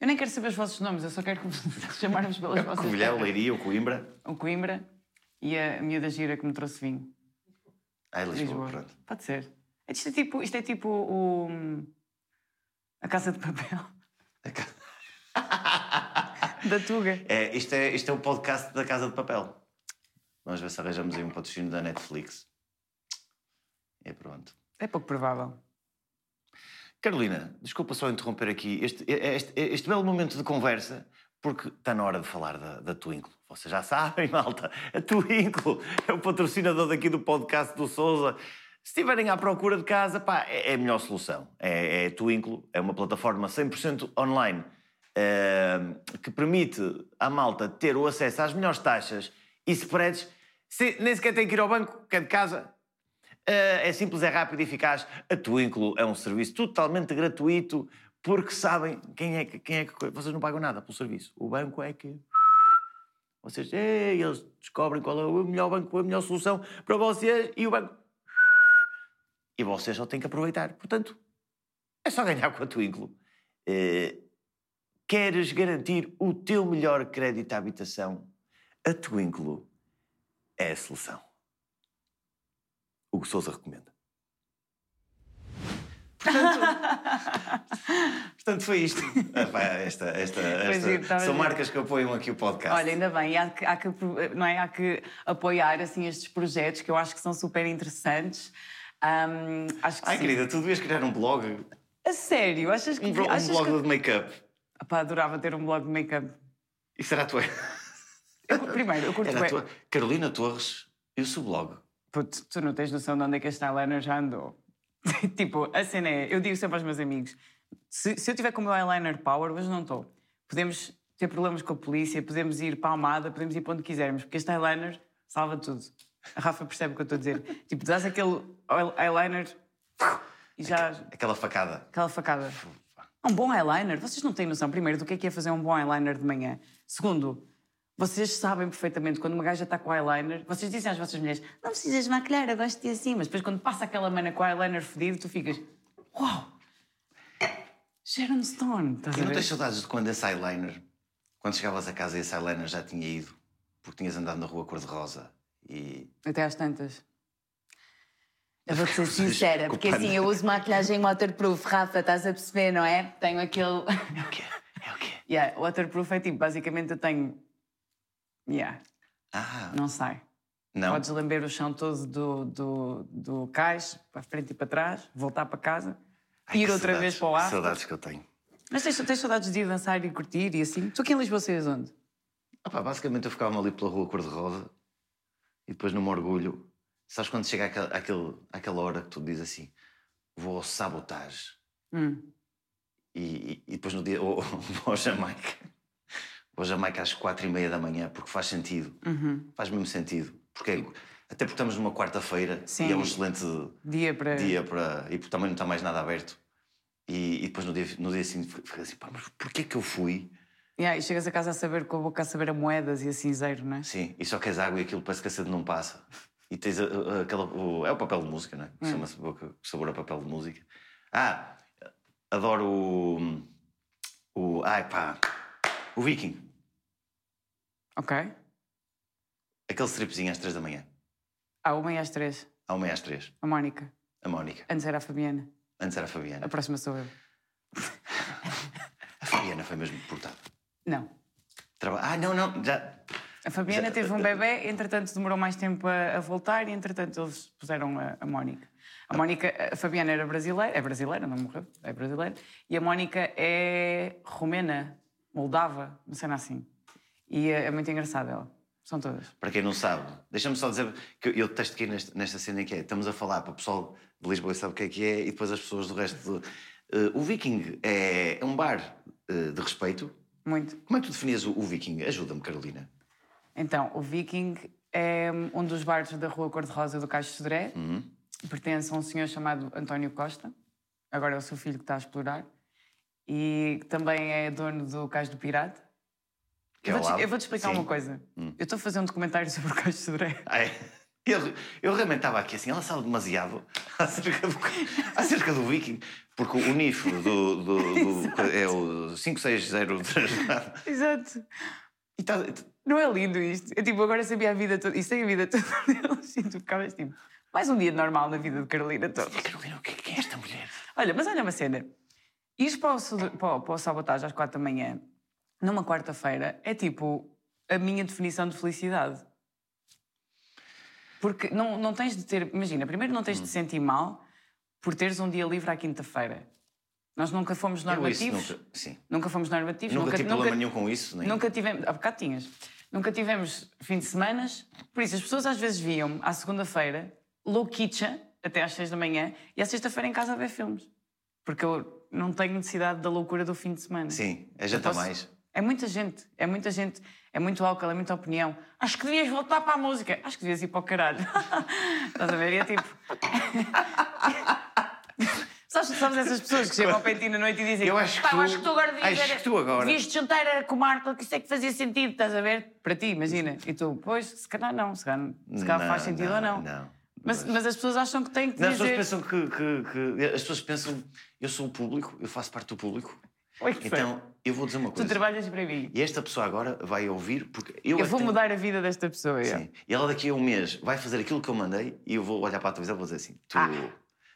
B: Eu nem quero saber os vossos nomes, eu só quero que me chamarmos pelas
A: É O
B: vossas
A: Covilhã, o
B: caras.
A: Leiria, o Coimbra.
B: O Coimbra e a miúda gira que me trouxe vinho.
A: Ah, é Lisboa,
B: Lisboa.
A: pronto.
B: Pode ser. Isto é tipo, isto é tipo o... a Casa de Papel. da Tuga.
A: É, isto, é, isto é o podcast da Casa de Papel. Vamos ver se arranjamos aí um patrocínio da Netflix. É pronto.
B: É pouco provável.
A: Carolina, desculpa só interromper aqui este, este- este belo momento de conversa, porque está na hora de falar da, da Twinkle. Vocês já sabem, malta, a Twinkle é o patrocinador daqui do podcast do Souza. Se estiverem à procura de casa, pá, é é a melhor solução. É, é Twinklo, é uma plataforma 100% online eh, que permite à malta ter o acesso às melhores taxas e spreads. Se, nem sequer tem que ir ao banco, que é de casa. Eh, é simples, é rápido e eficaz. A Twinklo é um serviço totalmente gratuito porque sabem quem é que... Quem é que vocês não pagam nada pelo serviço. O banco é que... Vocês, eh, eles descobrem qual é o melhor banco, a melhor solução para vocês e o banco e vocês só têm que aproveitar. Portanto, é só ganhar com a Twinklo. Eh, queres garantir o teu melhor crédito à habitação? A Twinklo é a solução. O que Sousa recomenda. Portanto, portanto, foi isto. Ah, pá, esta, esta, esta-
B: giro, estava
A: são
B: giro.
A: marcas que apoiam aqui o podcast.
B: Olha, ainda bem, e há que, há que, não é? há que apoiar assim, estes projetos que eu acho que são super interessantes. Ahm, acho que
A: Ai,
B: sim.
A: querida, tu devias criar um blog,
B: A sério, achas que.
A: um, bro- um
B: achas
A: blog
B: que...
A: de make-up.
B: Epá, adorava ter um blog de make-up.
A: E será a tua?
B: Eu cu- primeiro, eu curto
A: Era a
B: bem.
A: tua. Carolina Torres e o seu blog.
B: Puto, tu não tens noção de onde é que esta eyeliner já andou. tipo, a cena é, eu digo sempre aos meus amigos, se, se eu tiver com o meu eyeliner power, hoje não estou, podemos ter problemas com a polícia, podemos ir para a Almada, podemos ir para onde quisermos, porque este eyeliner salva tudo. A Rafa percebe o que eu estou a dizer. tipo, dás aquele oil- eyeliner e já...
A: Aquela facada.
B: Aquela facada. Um bom eyeliner, vocês não têm noção, primeiro, do que é que é fazer um bom eyeliner de manhã. Segundo, vocês sabem perfeitamente quando uma gaja está com eyeliner, vocês dizem às vossas mulheres: não precisas maquilhar, eu gosto de ti assim. Mas depois, quando passa aquela mana com eyeliner fedido, tu ficas: uau! Sharon Stone, estás
A: E
B: a
A: não
B: ver?
A: tens saudades de quando esse eyeliner, quando chegavas a casa e esse eyeliner já tinha ido, porque tinhas andado na rua cor-de-rosa e.
B: Até às tantas.
D: Eu vou ser sincera, porque assim eu uso maquilhagem waterproof, Rafa, estás a perceber, não é? Tenho aquele.
A: É o quê? É o quê?
B: Yeah, waterproof é tipo, basicamente eu tenho. Yeah,
A: Ah,
B: não sai.
A: não.
B: Podes lamber o chão todo do, do, do cais, para frente e para trás, voltar para casa,
A: Ai,
B: ir
A: que
B: outra vez
A: saudades,
B: para o
A: que
B: ar.
A: Saudades que eu tenho.
B: Mas tens, tens saudades de ir dançar e curtir e assim? Tu aqui em Lisboa saías onde?
A: Ah pá, basicamente eu ficava ali pela rua cor-de-rosa e depois no meu orgulho. Sabes quando chega àquela, àquele- àquela hora que tu dizes assim: vou ao sabotage
B: Hum.
A: e, e- e depois no dia ou- ou vou ao Jamaica. Vou ao Jamaica às quatro e meia da manhã, porque faz sentido.
B: Uhum.
A: Faz mesmo sentido. Porque, é- até porque estamos numa quarta-feira
B: Sim. É.
A: e é um excelente
B: Dia para.
A: dia para. E porque também não está mais nada aberto. E, e depois no dia, no dia seguinte fica assim, pá, mas porquê que eu fui?
B: Yeah, e chegas a casa a saber com a boca a saber a moedas e a cinzeiro, não é?
A: Sim, e só queres água e aquilo parece que a sede não passa. E tens a- a- aquela. o- é o papel de música, não é? Chama-se boca- sabor a papel de música. Ah, adoro o. o ai pá, o Viking.
B: Ok.
A: Aquele stripzinho às três da manhã,
B: À uma e às três,
A: à uma e às três.
B: a Mónica.
A: A Mónica.
B: Antes era a Fabiana,
A: Antes era a
B: a
A: Fabiana.
B: próxima sou eu.
A: A Fabiana foi mesmo portada.
B: Não.
A: Traba- Ah, não, não, já.
B: A Fabiana
A: Já-
B: teve um bebê, entretanto demorou mais tempo a, a voltar e entretanto eles puseram a, a Mónica. A Mónica, a Fabiana era brasileira, é brasileira, não morreu, é brasileira, e a Mónica é romena, moldava, uma cena assim. E é, é muito engraçada ela, são todas.
A: Para quem não sabe, deixa-me só dizer que eu, eu detesto aqui neste, nesta cena que é. Estamos a falar para o pessoal de Lisboa que sabe o que é que é e depois as pessoas do resto do. Eh, o Viking é, é um bar eh, de respeito.
B: Muito.
A: Como é que tu definias o, o Viking? Ajuda-me, Carolina.
B: Então, o Viking é um dos bares da Rua Cor-de-Rosa do Caixo Sodré. Pertence a um senhor chamado António Costa. Agora é o seu filho que está a explorar. E também é dono do Cais do Pirata.
A: Que é
B: eu,
A: ao
B: vou
A: lado.
B: te, eu vou-te explicar
A: Sim. Hum.
B: uma coisa. Eu estou a fazer um documentário sobre o Caixo de Sodré.
A: Ah, é? Eu, eu realmente estava aqui assim, ela sabe demasiado acerca do, acerca do Viking, porque o NIF do, do- do- é o 5603.
B: Exato.
A: E tá-
B: Não é lindo isto? Eu, tipo, agora sabia a vida toda. E sei a vida toda deles. E tu ficavas tipo, mais um dia de normal na vida de Carolina Torres.
A: Carolina, o que é que é esta mulher?
B: Olha, mas olha uma cena. Ir para o, sod- para, o- para o sabotagem às quatro da manhã, numa quarta-feira, é tipo a minha definição de felicidade. Porque não, não tens de ter. Imagina, primeiro não
A: Hum.
B: tens de sentir mal por teres um dia livre à quinta-feira. Nós nunca fomos
A: Eu isso
B: normativos.
A: nunca. Sim.
B: Nunca fomos normativos,
A: Nunca,
B: nunca,
A: tive
B: nunca,
A: problema nenhum com isso, nem.
B: nunca tivemos. Há bocado tinhas. Nunca tivemos fim de semanas. Por isso, as pessoas às vezes viam-me à segunda-feira, louquicha, até às seis da manhã e à sexta-feira em casa a ver filmes. Porque eu não tenho necessidade da loucura do fim de semana.
A: Sim, a janta
B: posso-
A: Então mais.
B: É muita gente, é muita gente, é muito álcool, é muita opinião. Acho que devias voltar para a música. Acho que devias ir para o caralho. Estás a ver? E é tipo. sabes, sabes essas pessoas que chegam ao peitinho na noite e dizem:
A: Eu acho que
B: "Pá,
A: tu-
B: acho que tu agora devias.
A: acho
B: era-
A: que tu agora."
B: Devias te juntar era com o Marco, que isso é que fazia sentido, estás a ver? Para ti, imagina. E tu, pois, se calhar não, se calhar, se calhar faz sentido ou não.
A: Não.
B: Mas, mas as pessoas acham que têm que
A: Não, as pessoas
B: dizer.
A: pensam que, que- que- As pessoas pensam, eu sou o público, eu faço parte do público.
B: Oi, que foi?
A: Então, eu vou dizer uma
B: tu
A: coisa.
B: trabalhas para mim.
A: E esta pessoa agora vai ouvir, porque eu, é que
B: Eu vou
A: tenho-
B: mudar a vida desta pessoa. eu.
A: Sim. E ela daqui a um mês vai fazer aquilo que eu mandei e eu vou olhar para a televisão e vou dizer assim: tu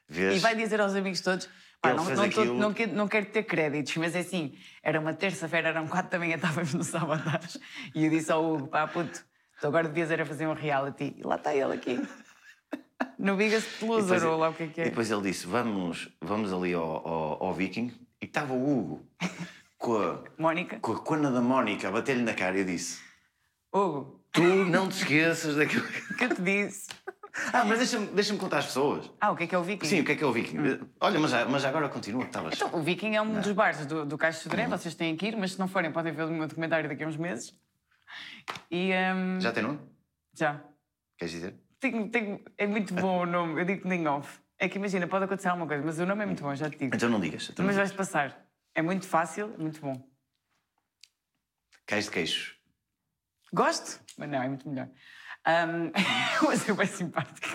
A: vês.
B: Ah." E vai dizer aos amigos todos: pá,
A: Ele
B: não,
A: fez
B: não, tô-
A: aquilo.
B: não quero, não quero ter créditos, mas é assim, era uma terça-feira, eram quatro da manhã, estávamos no sábado às, e eu disse ao Hugo: pá, puto, tu agora devias era fazer um reality. E lá está ele aqui. No Biggest
A: E depois-
B: Loser, ou lá o que é que
A: E
B: é.
A: depois ele disse: vamos, vamos ali ao, ao, ao Viking. E estava o Hugo com a,
B: Mónica?
A: com a cona da Mónica a bater-lhe na cara e eu disse:
B: Hugo,
A: tu não te esqueças daquilo. que-"
B: o que eu te disse?
A: Ah, mas deixa-me deixa contar às pessoas.
B: Ah, o que é que é o Viking?
A: Sim, o que é que é o Viking? Olha, mas, já- mas já agora continua que estavas.
B: Hum. Então, o Viking é um dos bares do, do Caixo de Sodré, vocês têm que ir, mas se não forem, podem ver o meu documentário daqui a uns meses. E. hum,
A: Já tem nome?
B: já.
A: Queres dizer?
B: Tenho- tenho- é muito bom o nome, eu digo que nem off. É que imagina, pode acontecer alguma coisa, mas o nome é muito bom, já te digo.
A: Então não digas. Então não
B: Mas
A: digas.
B: vais passar. É muito fácil, é muito bom.
A: Cais de queixo.
B: Gosto, mas não, é muito melhor. Ahm, mas é bem simpático.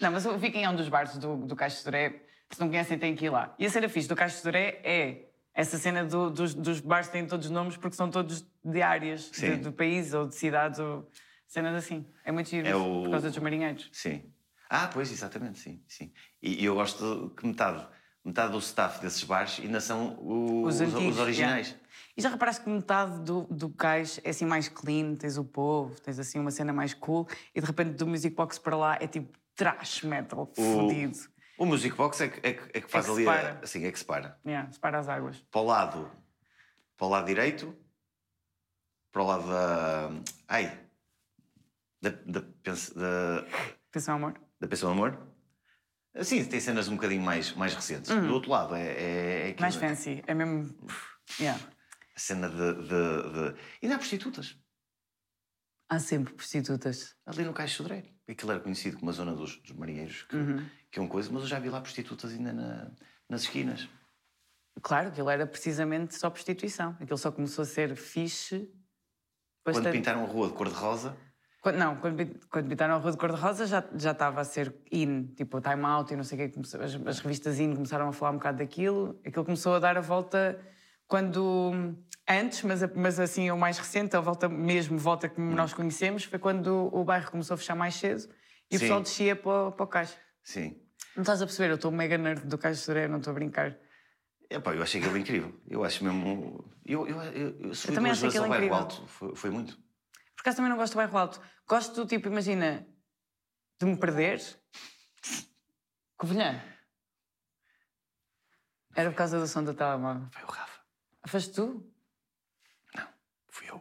B: Não, mas o Viking é um dos bares do, do Caixo de Doré. Se não conhecem, têm que ir lá. E a cena fixe do Caixo de Doré é essa cena do- dos, dos bares que têm todos os nomes porque são todos de áreas, de,
A: Sim.
B: do país ou de cidades ou cenas assim. É muito giro,
A: É
B: isso,
A: o-
B: por causa dos marinheiros.
A: Sim. Ah, pois, exatamente, sim. sim. E, e eu gosto que metade, metade do staff desses bares ainda são o-
B: Os
A: os,
B: antigos,
A: os originais.
B: E já reparaste que metade do, do cais é assim mais clean, tens o povo, tens assim uma cena mais cool, e de repente do Music Box para lá é tipo trash metal, fodido.
A: O Music Box é que, é que- é que faz
B: que
A: ali.
B: separa.
A: A, assim, é que separa.
B: Yeah, separa as águas.
A: Para o lado. Para o lado direito. Para o lado da. Ai. Da, da, pens- da,
B: Atenção, amor.
A: da Pensão do Amor. Sim, tem cenas um bocadinho mais, mais recentes. Do outro lado, é. é, é aquilo,
B: Uhum. Mais
A: né?
B: fancy. É mesmo. Yeah.
A: A cena de, de, de. E dá prostitutas.
B: Há sempre prostitutas.
A: ali no Caixo Sodré. Aquilo era conhecido como a zona dos, dos marinheiros, que, que é uma coisa, mas eu já vi lá prostitutas ainda na- nas esquinas.
B: Claro, aquilo era precisamente só prostituição. Aquilo só começou a ser fixe.
A: Quando
B: bastante-
A: pintaram a rua de cor-de-rosa,
B: Quando- não, quando, pin- quando pintaram a Rua de Cor-de-Rosa já, já estava a ser in, tipo Time Out e não sei o que, começou- as, as revistas in começaram a falar um bocado daquilo. Aquilo começou a dar a volta quando, antes, mas, a- mas assim o mais recente, a volta mesmo, volta que nós conhecemos, foi quando o bairro começou a fechar mais cedo e
A: Sim.
B: o pessoal descia para, o- para o caixa.
A: sim.
B: Não estás a perceber, eu estou mega nerd do Caixa de Soré, não estou a brincar.
A: Epá, eu achei aquilo incrível. Eu acho mesmo. um, Eu, eu, eu, eu subi
B: também
A: duas vezes
B: acho
A: ao
B: aquilo
A: bairro
B: incrível.
A: alto, foi, foi muito.
B: Por acaso também não gosto do bairro alto. Gosto do tipo, imagina, de me perder. Covilhã. Era por causa do som do telemóvel.
A: Foi o Rafa,
B: Foste tu?
A: fui eu.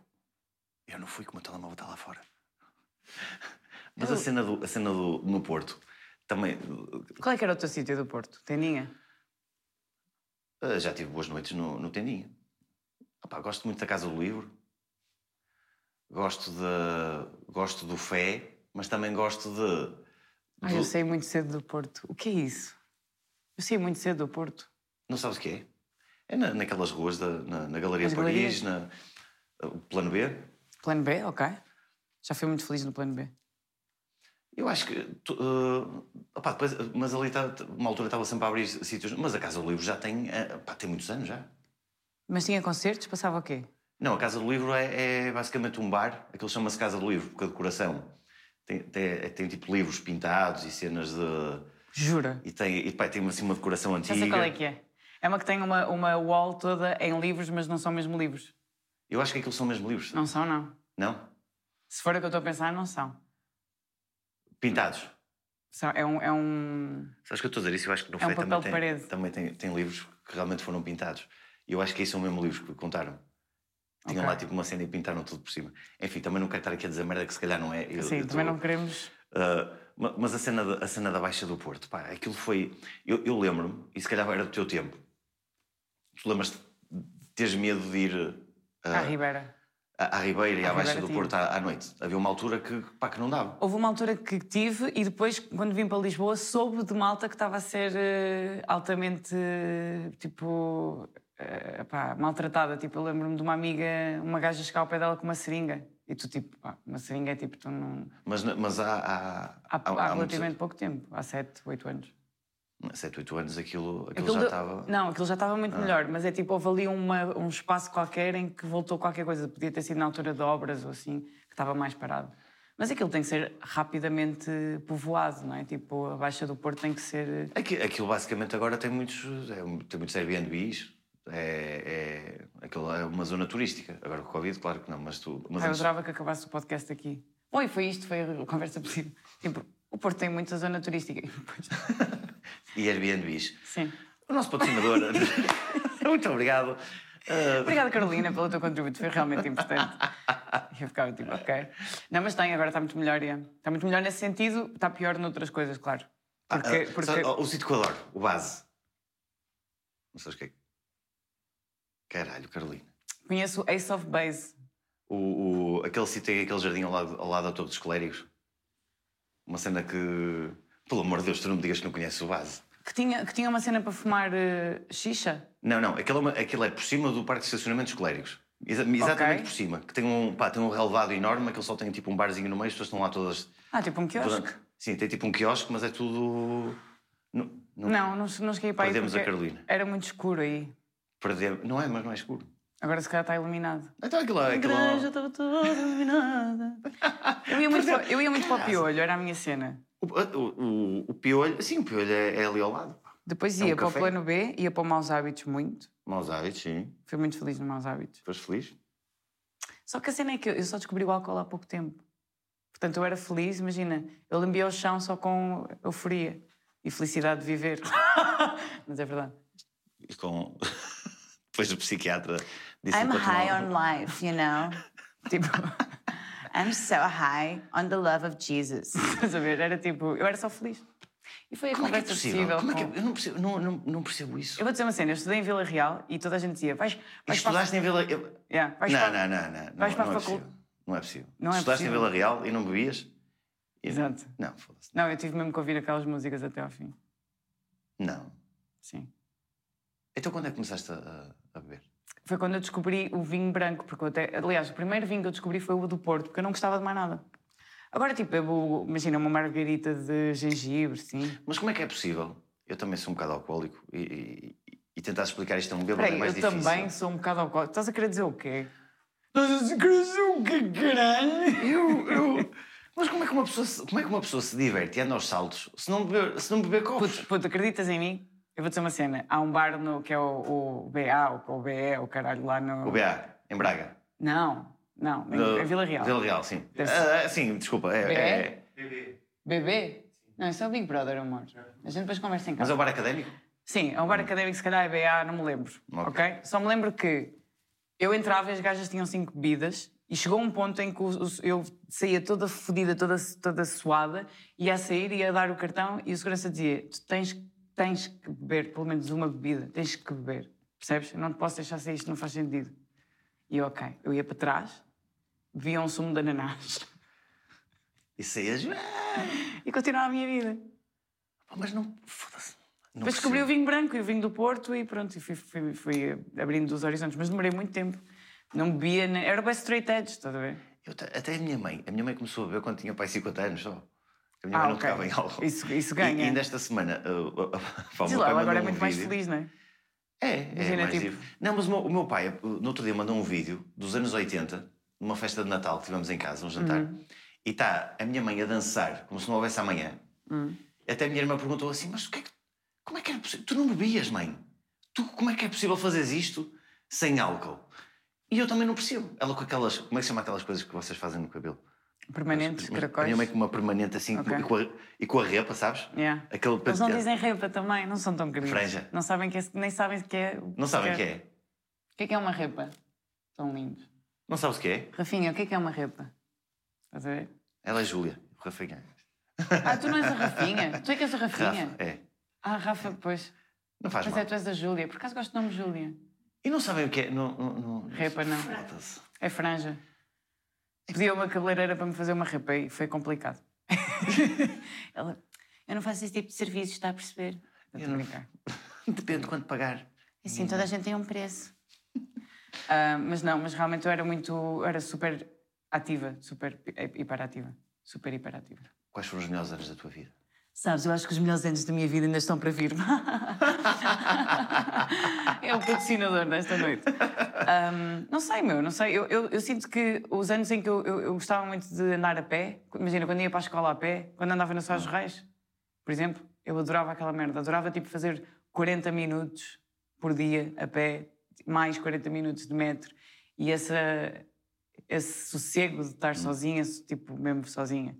A: Eu não fui como o telemóvel está lá fora. Mas a cena, do, a cena do, no Porto, também.
B: Qual é que era o teu sítio do Porto? Tendinha?
A: eh, Já tive boas noites no, no Tendinha. Epá, gosto muito da Casa do Livro. Gosto de. Gosto do Fé, mas também gosto de.
B: Ai,
A: do-
B: Ah, eu saí muito cedo do Porto. O que é isso? Eu saí muito cedo do Porto.
A: Não sabes o que é? É na- naquelas ruas da, na, na Galeria
B: Nas
A: Paris, na, o Plano B.
B: Plano B, ok. Já fui muito feliz no plano B.
A: Eu acho que. tu- eh, opá, depois, mas ali tá, uma altura estava sempre a abrir sítios. Mas a Casa do Livro já tem. eh, pá, tem muitos anos já.
B: Mas tinha concertos? Passava o quê?
A: Não, a Casa do Livro é, é basicamente um bar. Aquilo chama-se Casa do Livro, porque a decoração tem, tem, tem tipo livros pintados e cenas de.
B: Jura?
A: E tem, e, pá, tem assim, uma decoração
B: Já
A: antiga.
B: sei qual é que é. É uma que tem uma, uma wall toda em livros, mas não são mesmo livros.
A: Eu acho que aquilo são mesmo livros.
B: Não são, não.
A: Não?
B: Se for o que eu estou a pensar, não são.
A: Pintados.
B: São- é um. É um...
A: Sabes o que eu estou a dizer isso? Eu acho que no
B: É um
A: Fé
B: papel
A: também,
B: de
A: tem,
B: parede.
A: também tem, tem livros que realmente foram pintados. E eu acho que isso são mesmo livros que contaram. Tinham
B: Ok.
A: lá tipo uma cena e pintaram tudo por cima. Enfim, também não quero estar aqui a dizer merda que se calhar não é. Eu-
B: Sim,
A: eu
B: assim, também
A: tô-
B: não queremos.
A: Ah, Ma- Mas a cena, da- a cena da Baixa do Porto, pá, aquilo foi. Eu, eu lembro-me, e se calhar era do teu tempo. Tu lembras-te de teres medo de ir Ah.
B: À Ribeira.
A: à, à Ribeira e
B: À
A: à Baixa
B: Ah, Ribeira
A: do
B: tinha.
A: Porto à, à noite? Havia uma altura que, pá, que não dava.
B: Houve uma altura que tive e depois, quando vim para Lisboa, soube de malta que estava a ser eh, altamente, eh, tipo, eh, pá, maltratada. Tipo, eu lembro-me de uma amiga, uma gaja chegar ao pé dela com uma seringa. E tu, tipo, pá, uma seringa é tipo, tu não...
A: Mas, na- mas há. Há, um
B: Há, há
A: muitos-
B: relativamente pouco tempo, há 7, 8 anos.
A: sete, oito anos aquilo, aquilo,
B: Aquilo
A: já Ah.
B: do-
A: estava.
B: Não, aquilo já estava muito melhor, mas é tipo, houve ali uma- um espaço qualquer em que voltou qualquer coisa. Podia ter sido na altura de obras ou assim, que estava mais parado. Mas aquilo tem que ser rapidamente povoado, não é? Tipo, a Baixa do Porto tem que ser.
A: Aqui- Aquilo basicamente agora tem muitos, é, tem muitos Airbnbs. É, é, aquilo é uma zona turística. Agora com o Covid, claro que não, mas tu. Mas
B: Ah, eu
A: antes-
B: adorava que acabasse o podcast aqui. Bom, e foi isto, foi a conversa possível. Tipo, o Porto tem muita zona turística. E depois-
A: e Airbnbs.
B: Sim.
A: O nosso patrocinador. Muito obrigado. Ah,
B: Obrigada, Carolina, pelo teu contributo, foi realmente importante. E eu ficava tipo, ok. Não, mas tem, agora está muito melhor, Ian. Está muito melhor nesse sentido, está pior noutras coisas, claro. Porque,
A: ah,
B: porque...
A: sabe, o sítio que eu adoro, o base. Não sabes o que é. que- Caralho, Carolina.
B: conheço Ace of Base.
A: O, o- aquele sítio, tem aquele jardim ao lado, ao lado da Torre dos Clérigos. Uma cena que. Pelo amor de Deus, tu não me digas que não conheces o base.
B: Que tinha, que tinha uma cena para fumar eh, xixa.
A: Não, não, aquilo é, uma- aquilo é por cima do parque de estacionamentos clérigos. Exa- exatamente
B: Ok.
A: por cima. Que tem um, pá, tem um relevado enorme, aquilo só tem tipo um barzinho no meio, as pessoas estão lá todas.
B: Ah, tipo um quiosque.
A: durante- Sim, tem tipo um quiosque, mas é tudo. Não, não,
B: Não, não, não cheguei para aí
A: Perdemos
B: porque
A: a Carolina.
B: era muito escuro aí.
A: perdeu- não é, mas não é escuro.
B: Agora se calhar está iluminado.
A: Então aquilo é.
B: A
A: Aquilo...
B: igreja estava toda iluminada. Eu ia muito, para, eu ia muito
A: Ah,
B: para o piolho, era a minha cena.
A: O, o, o- o piolho. Sim, o piolho é, é ali ao lado.
B: Depois
A: É um
B: ia para o
A: café.
B: plano B, ia para o Maus Hábitos muito.
A: Maus hábitos, sim.
B: Fui muito feliz no Maus Hábitos.
A: Foste feliz?
B: Só que a cena é que eu eu só descobri o álcool há pouco tempo. Portanto, eu era feliz, imagina, eu lambia ao chão só com euforia e felicidade de viver. Mas é verdade.
A: E com. Depois o psiquiatra disse
D: I'm
A: para tomar-
D: high on life, you know?
B: Tipo,
D: I'm so high on the love of Jesus.
B: estás a ver? Era tipo, eu era só feliz. E foi a
A: Como é que é
B: conversa
A: possível? Como é que
B: com-
A: é- Eu não percebo, não, não, não percebo isso.
B: Eu vou dizer uma cena, eu estudei em Vila Real e toda a gente dizia, vais, vais para...
A: Estudaste em Vila. eu-
B: Yeah, vais
A: não,
B: para-
A: não, não, não, não.
B: vais para a
A: não é
B: facul-
A: possível. Não é possível.
B: Não é
A: Estudaste
B: possível.
A: em Vila Real e não bebias? E-
B: Exato.
A: Não, foda-se.
B: Não, eu tive mesmo que ouvir aquelas músicas até ao fim.
A: Não.
B: Sim.
A: Então quando é que começaste a, a- a beber?
B: Foi quando eu descobri o vinho branco, porque eu até, aliás, o primeiro vinho que eu descobri foi o do Porto, porque eu não gostava de mais nada. Agora, tipo, bebo, imagina uma margarita de gengibre, sim.
A: Mas como é que é possível? Eu também sou um bocado alcoólico e, e, e tentar explicar isto a um bêbado
B: Peraí,
A: é
B: eu
A: mais difícil.
B: também sou um bocado alcoólico. Estás a querer dizer o quê? Estás a querer dizer o quê, caralho?
A: Eu, eu... Mas como é, que uma pessoa, se- como é que uma pessoa se diverte e anda aos saltos se não beber, se não beber copos?
B: Puto, puto, acreditas em mim? Eu vou dizer uma cena. Há um bar no, que é o, o BA, ou o BE, o caralho, lá no...
A: O BA, em Braga.
B: Não, não, em,
A: No-
B: em Vila Real.
A: Vila Real, sim.
B: Deve ser.
A: Ah, sim, desculpa. É,
B: BA?
A: é-
C: Bebê.
B: Bebê? Não, isso é o Big Brother, amor. A gente depois conversa em casa.
A: Mas é o bar académico?
B: Sim, é um bar académico, se calhar é BA, não me lembro.
A: Ok.
B: Ok? Só me lembro que eu entrava e as gajas tinham cinco bebidas e chegou um ponto em que o- o- eu saía toda fodida, toda, toda suada, ia a sair, ia dar o cartão e o segurança dizia: Tu tens, tens que beber pelo menos uma bebida, tens que beber. Percebes? Eu não te posso deixar sair, isto não faz sentido. E eu, ok. Eu ia para trás, bebia um sumo de ananás
A: Isso aí é...
B: e continuava a minha vida.
A: Pá, Mas não. Foda-se. Não
B: Depois descobri o
A: percebo.
B: vinho branco e o vinho do Porto e pronto, e fui, fui- fui abrindo os horizontes, mas demorei muito tempo. Não bebia, nem... era bem straight edge, estás a ver?
A: Eu te- até a minha mãe. A minha mãe começou a beber quando tinha pai 50 anos só. A minha
B: Ah,
A: mãe não
B: ok.
A: tocava em álcool.
B: Isso- isso
A: E-
B: ganha.
A: E, ainda esta semana. Uh, uh, pá, o
B: Diz
A: meu
B: lá,
A: pai
B: ela agora
A: mandou-me
B: é muito
A: um
B: mais
A: vídeo.
B: feliz, não é?
A: É, é
B: Imagina,
A: mais
B: tipo-
A: divertido. Não, mas o meu, o meu pai, uh, no outro dia, mandou um vídeo dos anos 80, numa festa de Natal que tivemos em casa, um jantar.
B: Hum.
A: E está a minha mãe a dançar, como se não houvesse amanhã.
B: Hum.
A: Até a minha irmã perguntou assim: Mas o que é que, como é que era possível? Tu não bebias, mãe. Tu, como é que é possível fazeres isto sem álcool? E eu também não percebo. Ela com aquelas. Como é que se chama aquelas coisas que vocês fazem no cabelo? Mas
B: Permanentes,
A: A minha mãe
B: caracóis.
A: com uma permanente assim
B: Ok.
A: e, com a, e com a repa, sabes?
B: Yeah.
A: Aquele
B: Eles não
A: penteado.
B: dizem repa também, não são tão queridos.
A: Franja.
B: Não sabem que é, nem sabem o que é.
A: Não sabem o que é?
B: O que é que é uma repa? Tão lindo.
A: Não sabes o que é?
B: Rafinha, o que é que é uma repa? Estás a ver?
A: Ela é Júlia, o Rafinha.
B: Ah, tu não és a Rafinha? Tu é que és a Rafinha?
A: Rafa, é.
B: Ah, Rafa, pois.
A: Não faz
B: Mas
A: mal.
B: é, tu és a Júlia. Por acaso gosto do nome Júlia.
A: E não sabem o que é. Não, não, não...
B: Repa, não.
A: Foda-se.
B: É franja. Pedi a uma cabeleireira para me fazer uma repa e foi complicado. Ela, eu não faço esse tipo de serviços, está a perceber? Eu
A: Eu
B: tô a
A: não-
B: brincar.
A: Depende de quanto pagar.
B: Assim, toda a gente tem um preço. Ah, mas não, mas realmente eu era muito. eu Era super ativa, super hi- hiperativa. Super hiperativa.
A: Quais foram os melhores anos da tua vida?
B: Sabes, eu acho que os melhores anos da minha vida ainda estão para vir. é o patrocinador desta noite. Ahm, não sei, meu, não sei. Eu, eu- eu sinto que os anos em que eu, eu- eu gostava muito de andar a pé, imagina, quando ia para a escola a pé, quando andava na Soares Reis, por exemplo, eu adorava aquela merda. Adorava, tipo, fazer 40 minutos por dia a pé, mais 40 minutos de metro. E essa, esse sossego de estar sozinha, tipo, mesmo sozinha.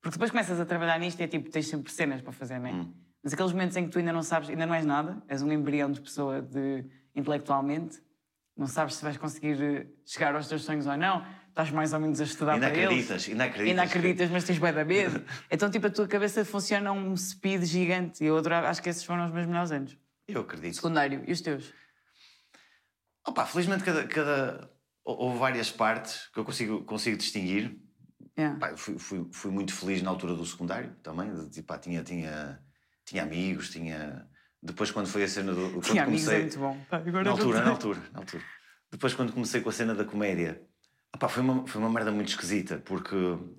B: Porque depois começas a trabalhar nisto e é tipo, tens sempre cenas para fazer, não é? Mas aqueles momentos em que tu ainda não sabes, ainda não és nada, és um embrião de pessoa de, intelectualmente, não sabes se vais conseguir eh, chegar aos teus sonhos ou não, estás mais ou menos a estudar
A: ainda
B: para eles.
A: acreditas, ainda acreditas.
B: Ainda
A: que- é?
B: acreditas, mas tens bué da medo. Então, tipo, a tua cabeça funciona a um speed gigante. E eu adorava, acho que esses foram os meus melhores anos.
A: Eu acredito.
B: Secundário. E os teus?
A: Opa, felizmente cada, cada... hou- Houve várias partes que eu consigo, consigo distinguir.
B: Yeah.
A: Pá, eu fui, fui- fui muito feliz na altura do secundário também. de- Tipo, pá, tinha, tinha, tinha amigos, tinha. Depois, quando foi a cena do. Quando
B: Tinha amigos,
A: comecei,
B: é muito bom. Pá,
A: Na
B: agora não
A: altura,
B: tenho.
A: na altura, na altura. Depois, quando comecei com a cena da comédia, opá, foi, uma, foi uma merda muito esquisita, porque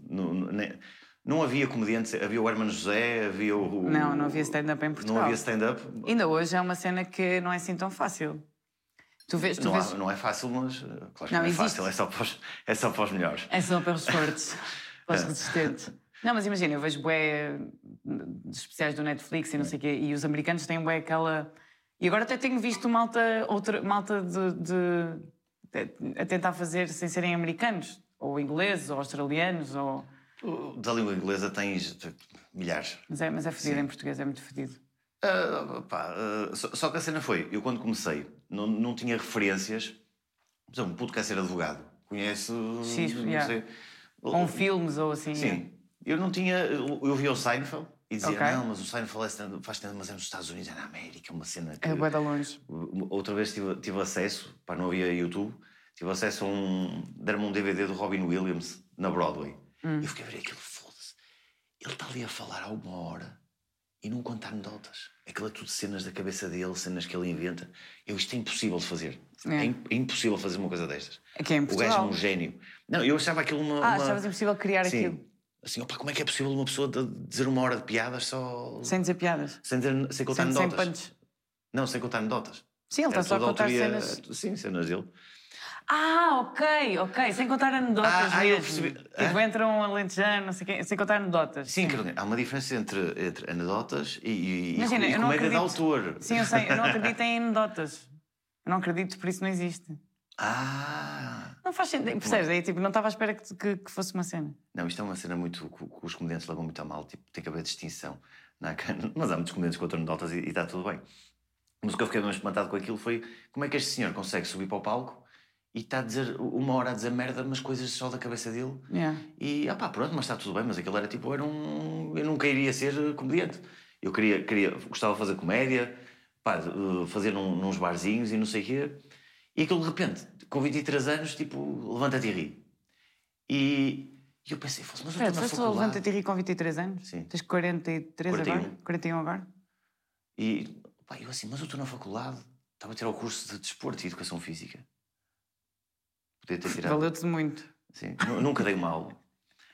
A: no- no- ne- não havia comediantes. Havia o Hermano José, havia o.
B: Não, não havia stand-up em
A: Não
B: Portugal.
A: havia stand-up.
B: Ainda hoje é uma cena que não é assim tão fácil. Tu vês, tu
A: Não, há-
B: vês.
A: não é fácil, mas. uh, Claro que
B: Não,
A: não, é
B: existe.
A: fácil, é só para os, é só para os melhores.
B: É só para os fortes, para
A: É.
B: os resistentes. Não, mas imagina, eu vejo bué eh, de especiais do Netflix
A: É.
B: e não sei o quê, e os americanos têm bué aquela. E agora até tenho visto malta, outra, malta de, de- de- a tentar fazer sem serem americanos, ou ingleses, ou australianos, ou.
A: O- Da língua inglesa tens t- milhares.
B: Mas é, mas é fedido em português, é muito fedido.
A: Ah, pá, ah, só, só que a cena foi, eu quando comecei, não, não tinha referências. Por exemplo, um puto quer ser advogado. Conhece.
B: X,
A: não
B: yeah.
A: sei.
B: Ou um filmes, ou assim.
A: Sim. Eu não tinha. Eu, eu via o Seinfeld e dizia,
B: Ok.
A: não, mas o Seinfeld é stand- faz stand mas é nos Estados Unidos, é na América, uma cena que.
B: É bué de longe.
A: Outra vez tive, tive acesso, pá, não havia YouTube, tive acesso a um. deram-me um DVD do Robin Williams na Broadway.
B: Hum.
A: E eu fiquei a ver aquilo, foda-se. Ele está ali a falar há uma hora e não conta anedotas. Aquilo é tudo cenas da cabeça dele, cenas que ele inventa. Eu, isto é impossível de fazer.
B: É.
A: É, im- é impossível fazer uma coisa destas.
B: É que é em
A: O gajo é
B: Portugal.
A: um gênio. Não, eu achava aquilo uma.
B: Ah,
A: uma-
B: achavas impossível criar
A: Sim.
B: aquilo.
A: Assim, opa, como é que é possível uma pessoa de- dizer uma hora de piadas só.
B: Sem dizer piadas.
A: sem, dizer- sem contar
B: Sem, sem
A: anedotas?
B: punch.
A: Não, sem contar anedotas.
B: Sim, ele está
A: Era
B: só a
A: toda
B: contar
A: É autoria-
B: cenas.
A: Sim, cenas dele.
B: Ah, ok, ok. Sem contar anedotas
A: Ah, ah, eu
B: mesmo.
A: percebi.
B: Tipo,
A: Hã?
B: entra um alentejano, não sei quem, sem contar anedotas.
A: Sim, Carolina, há uma diferença entre, entre anedotas e, e,
B: Imagina,
A: e
B: eu não
A: comédia de
B: acredito.
A: autor.
B: Sim, eu sei. Eu não acredito em anedotas. Eu não acredito, por isso não existe.
A: Ah!
B: Não faz sentido. Percebes? Aí, tipo, não estava à espera que, que- que fosse uma cena.
A: Não, isto é uma cena muito que que os comediantes levam muito a mal, tipo, tem que haver distinção. Não há cá- Mas há muitos comediantes que contam notas e e está tudo bem. Mas o que eu fiquei mesmo espantado com aquilo foi como é que este senhor consegue subir para o palco e está a dizer uma hora a dizer merda, mas coisas só da cabeça dele.
B: Yeah.
A: E, ah pá, pronto, mas está tudo bem, mas aquilo era tipo, era um... eu nunca iria ser comediante. Eu queria, queria gostava de fazer comédia, pá, eh, fazer num- nos barzinhos e não sei o quê. E aquilo, de repente, com 23 anos, tipo, levanta-te e ri. E, e eu pensei, "Fosse, mas eu
B: Espera,
A: estou
B: tu
A: na
B: foste ao
A: faculdade.
B: Levanta-te e Ri com 23 anos?
A: Sim.
B: Tens 43 agora?
A: 41.
B: 41 agora?
A: E, pá, eu assim, mas eu estou na faculdade. Estava a tirar o curso de desporto e educação física. Podia ter tirado.
B: Valeu-te muito.
A: Sim, nu- nunca dei uma aula.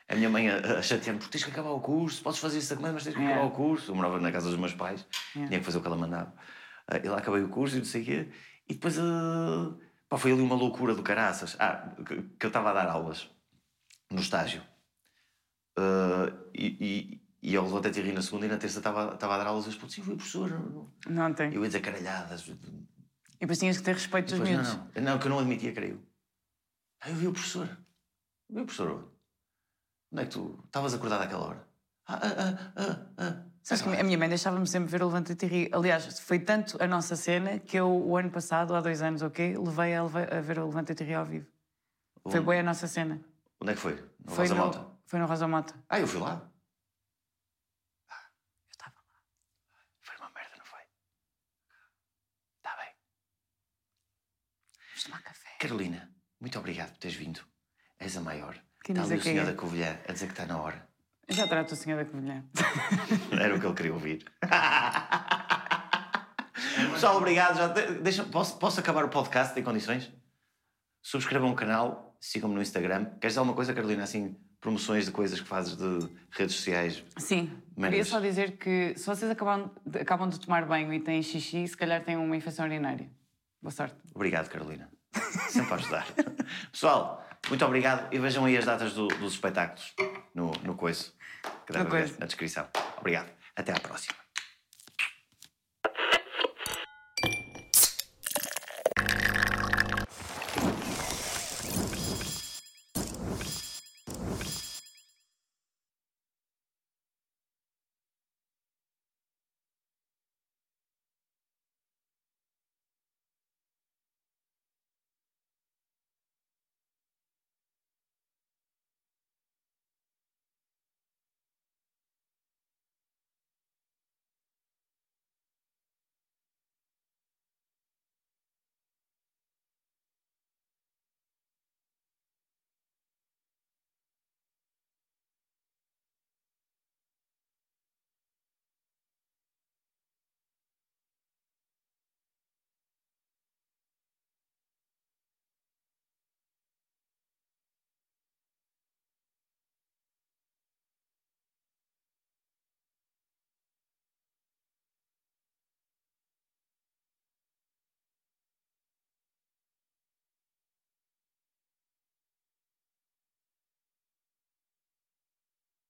A: A minha mãe a, a chatear-me, porque tens que acabar o curso, podes fazer isso também, mas tens que
B: Yeah.
A: acabar o curso. Eu morava na casa dos meus pais,
B: Yeah.
A: tinha que fazer o que ela mandava. Ah, E lá acabei o curso e não sei o quê. E depois, ah, pá, foi ali uma loucura do caraças. Ah, que, que eu estava a dar aulas no estágio. Ah, e, e, e eu levantei-te e ri na segunda e na terça estava estava a dar aulas e eu disse, eu fui professor. não- não."
B: Não tem.
A: Eu ia dizer caralhadas.
B: E depois tinhas que ter respeito dos
A: Depois, não,
B: miúdos.
A: não, não, que eu não admitia, creio. Aí eu vi o professor. Vi o professor. onde? Onde é que tu estavas acordado àquela hora? Ah, ah, ah, ah, ah.
B: Sabes que é-
A: Ah,
B: a minha mãe deixava-me sempre ver o Levanta-te e Ri. Aliás, foi tanto a nossa cena que eu, o ano passado, há dois anos ou quê, levei a, a ver o Levanta-te e Ri ao vivo. Foi boa a nossa cena.
A: Onde é que foi? No
B: foi,
A: Rosa
B: no,
A: Mota.
B: foi no Rosa Mota.
A: Ah, eu fui lá. Tá
D: Vamos tomar café.
A: Carolina, muito obrigado por teres vindo. És a maior.
B: Quem
A: está
B: diz
A: ali
B: é
A: o
B: quem
A: senhor
B: é?
A: da Covilhã a dizer que está na hora.
B: Eu Já trato o senhor da Covilhã.
A: Era o que ele queria ouvir. Pessoal, obrigado. Já de- deixa- posso, posso acabar o podcast em condições? Subscrevam o canal, sigam-me no Instagram. Queres dizer alguma coisa, Carolina? Assim, promoções de coisas que fazes de redes sociais.
B: Sim,
A: Mas-
B: queria só dizer que se vocês acabam de, acabam de tomar banho e têm xixi, se calhar têm uma infecção urinária. Boa sorte.
A: Obrigado, Carolina. Sempre a ajudar. Pessoal, muito obrigado e vejam aí as datas do- dos espetáculos no, no coiso, que dá
B: No
A: para ver
B: coiso.
A: na descrição. Obrigado. Até à próxima.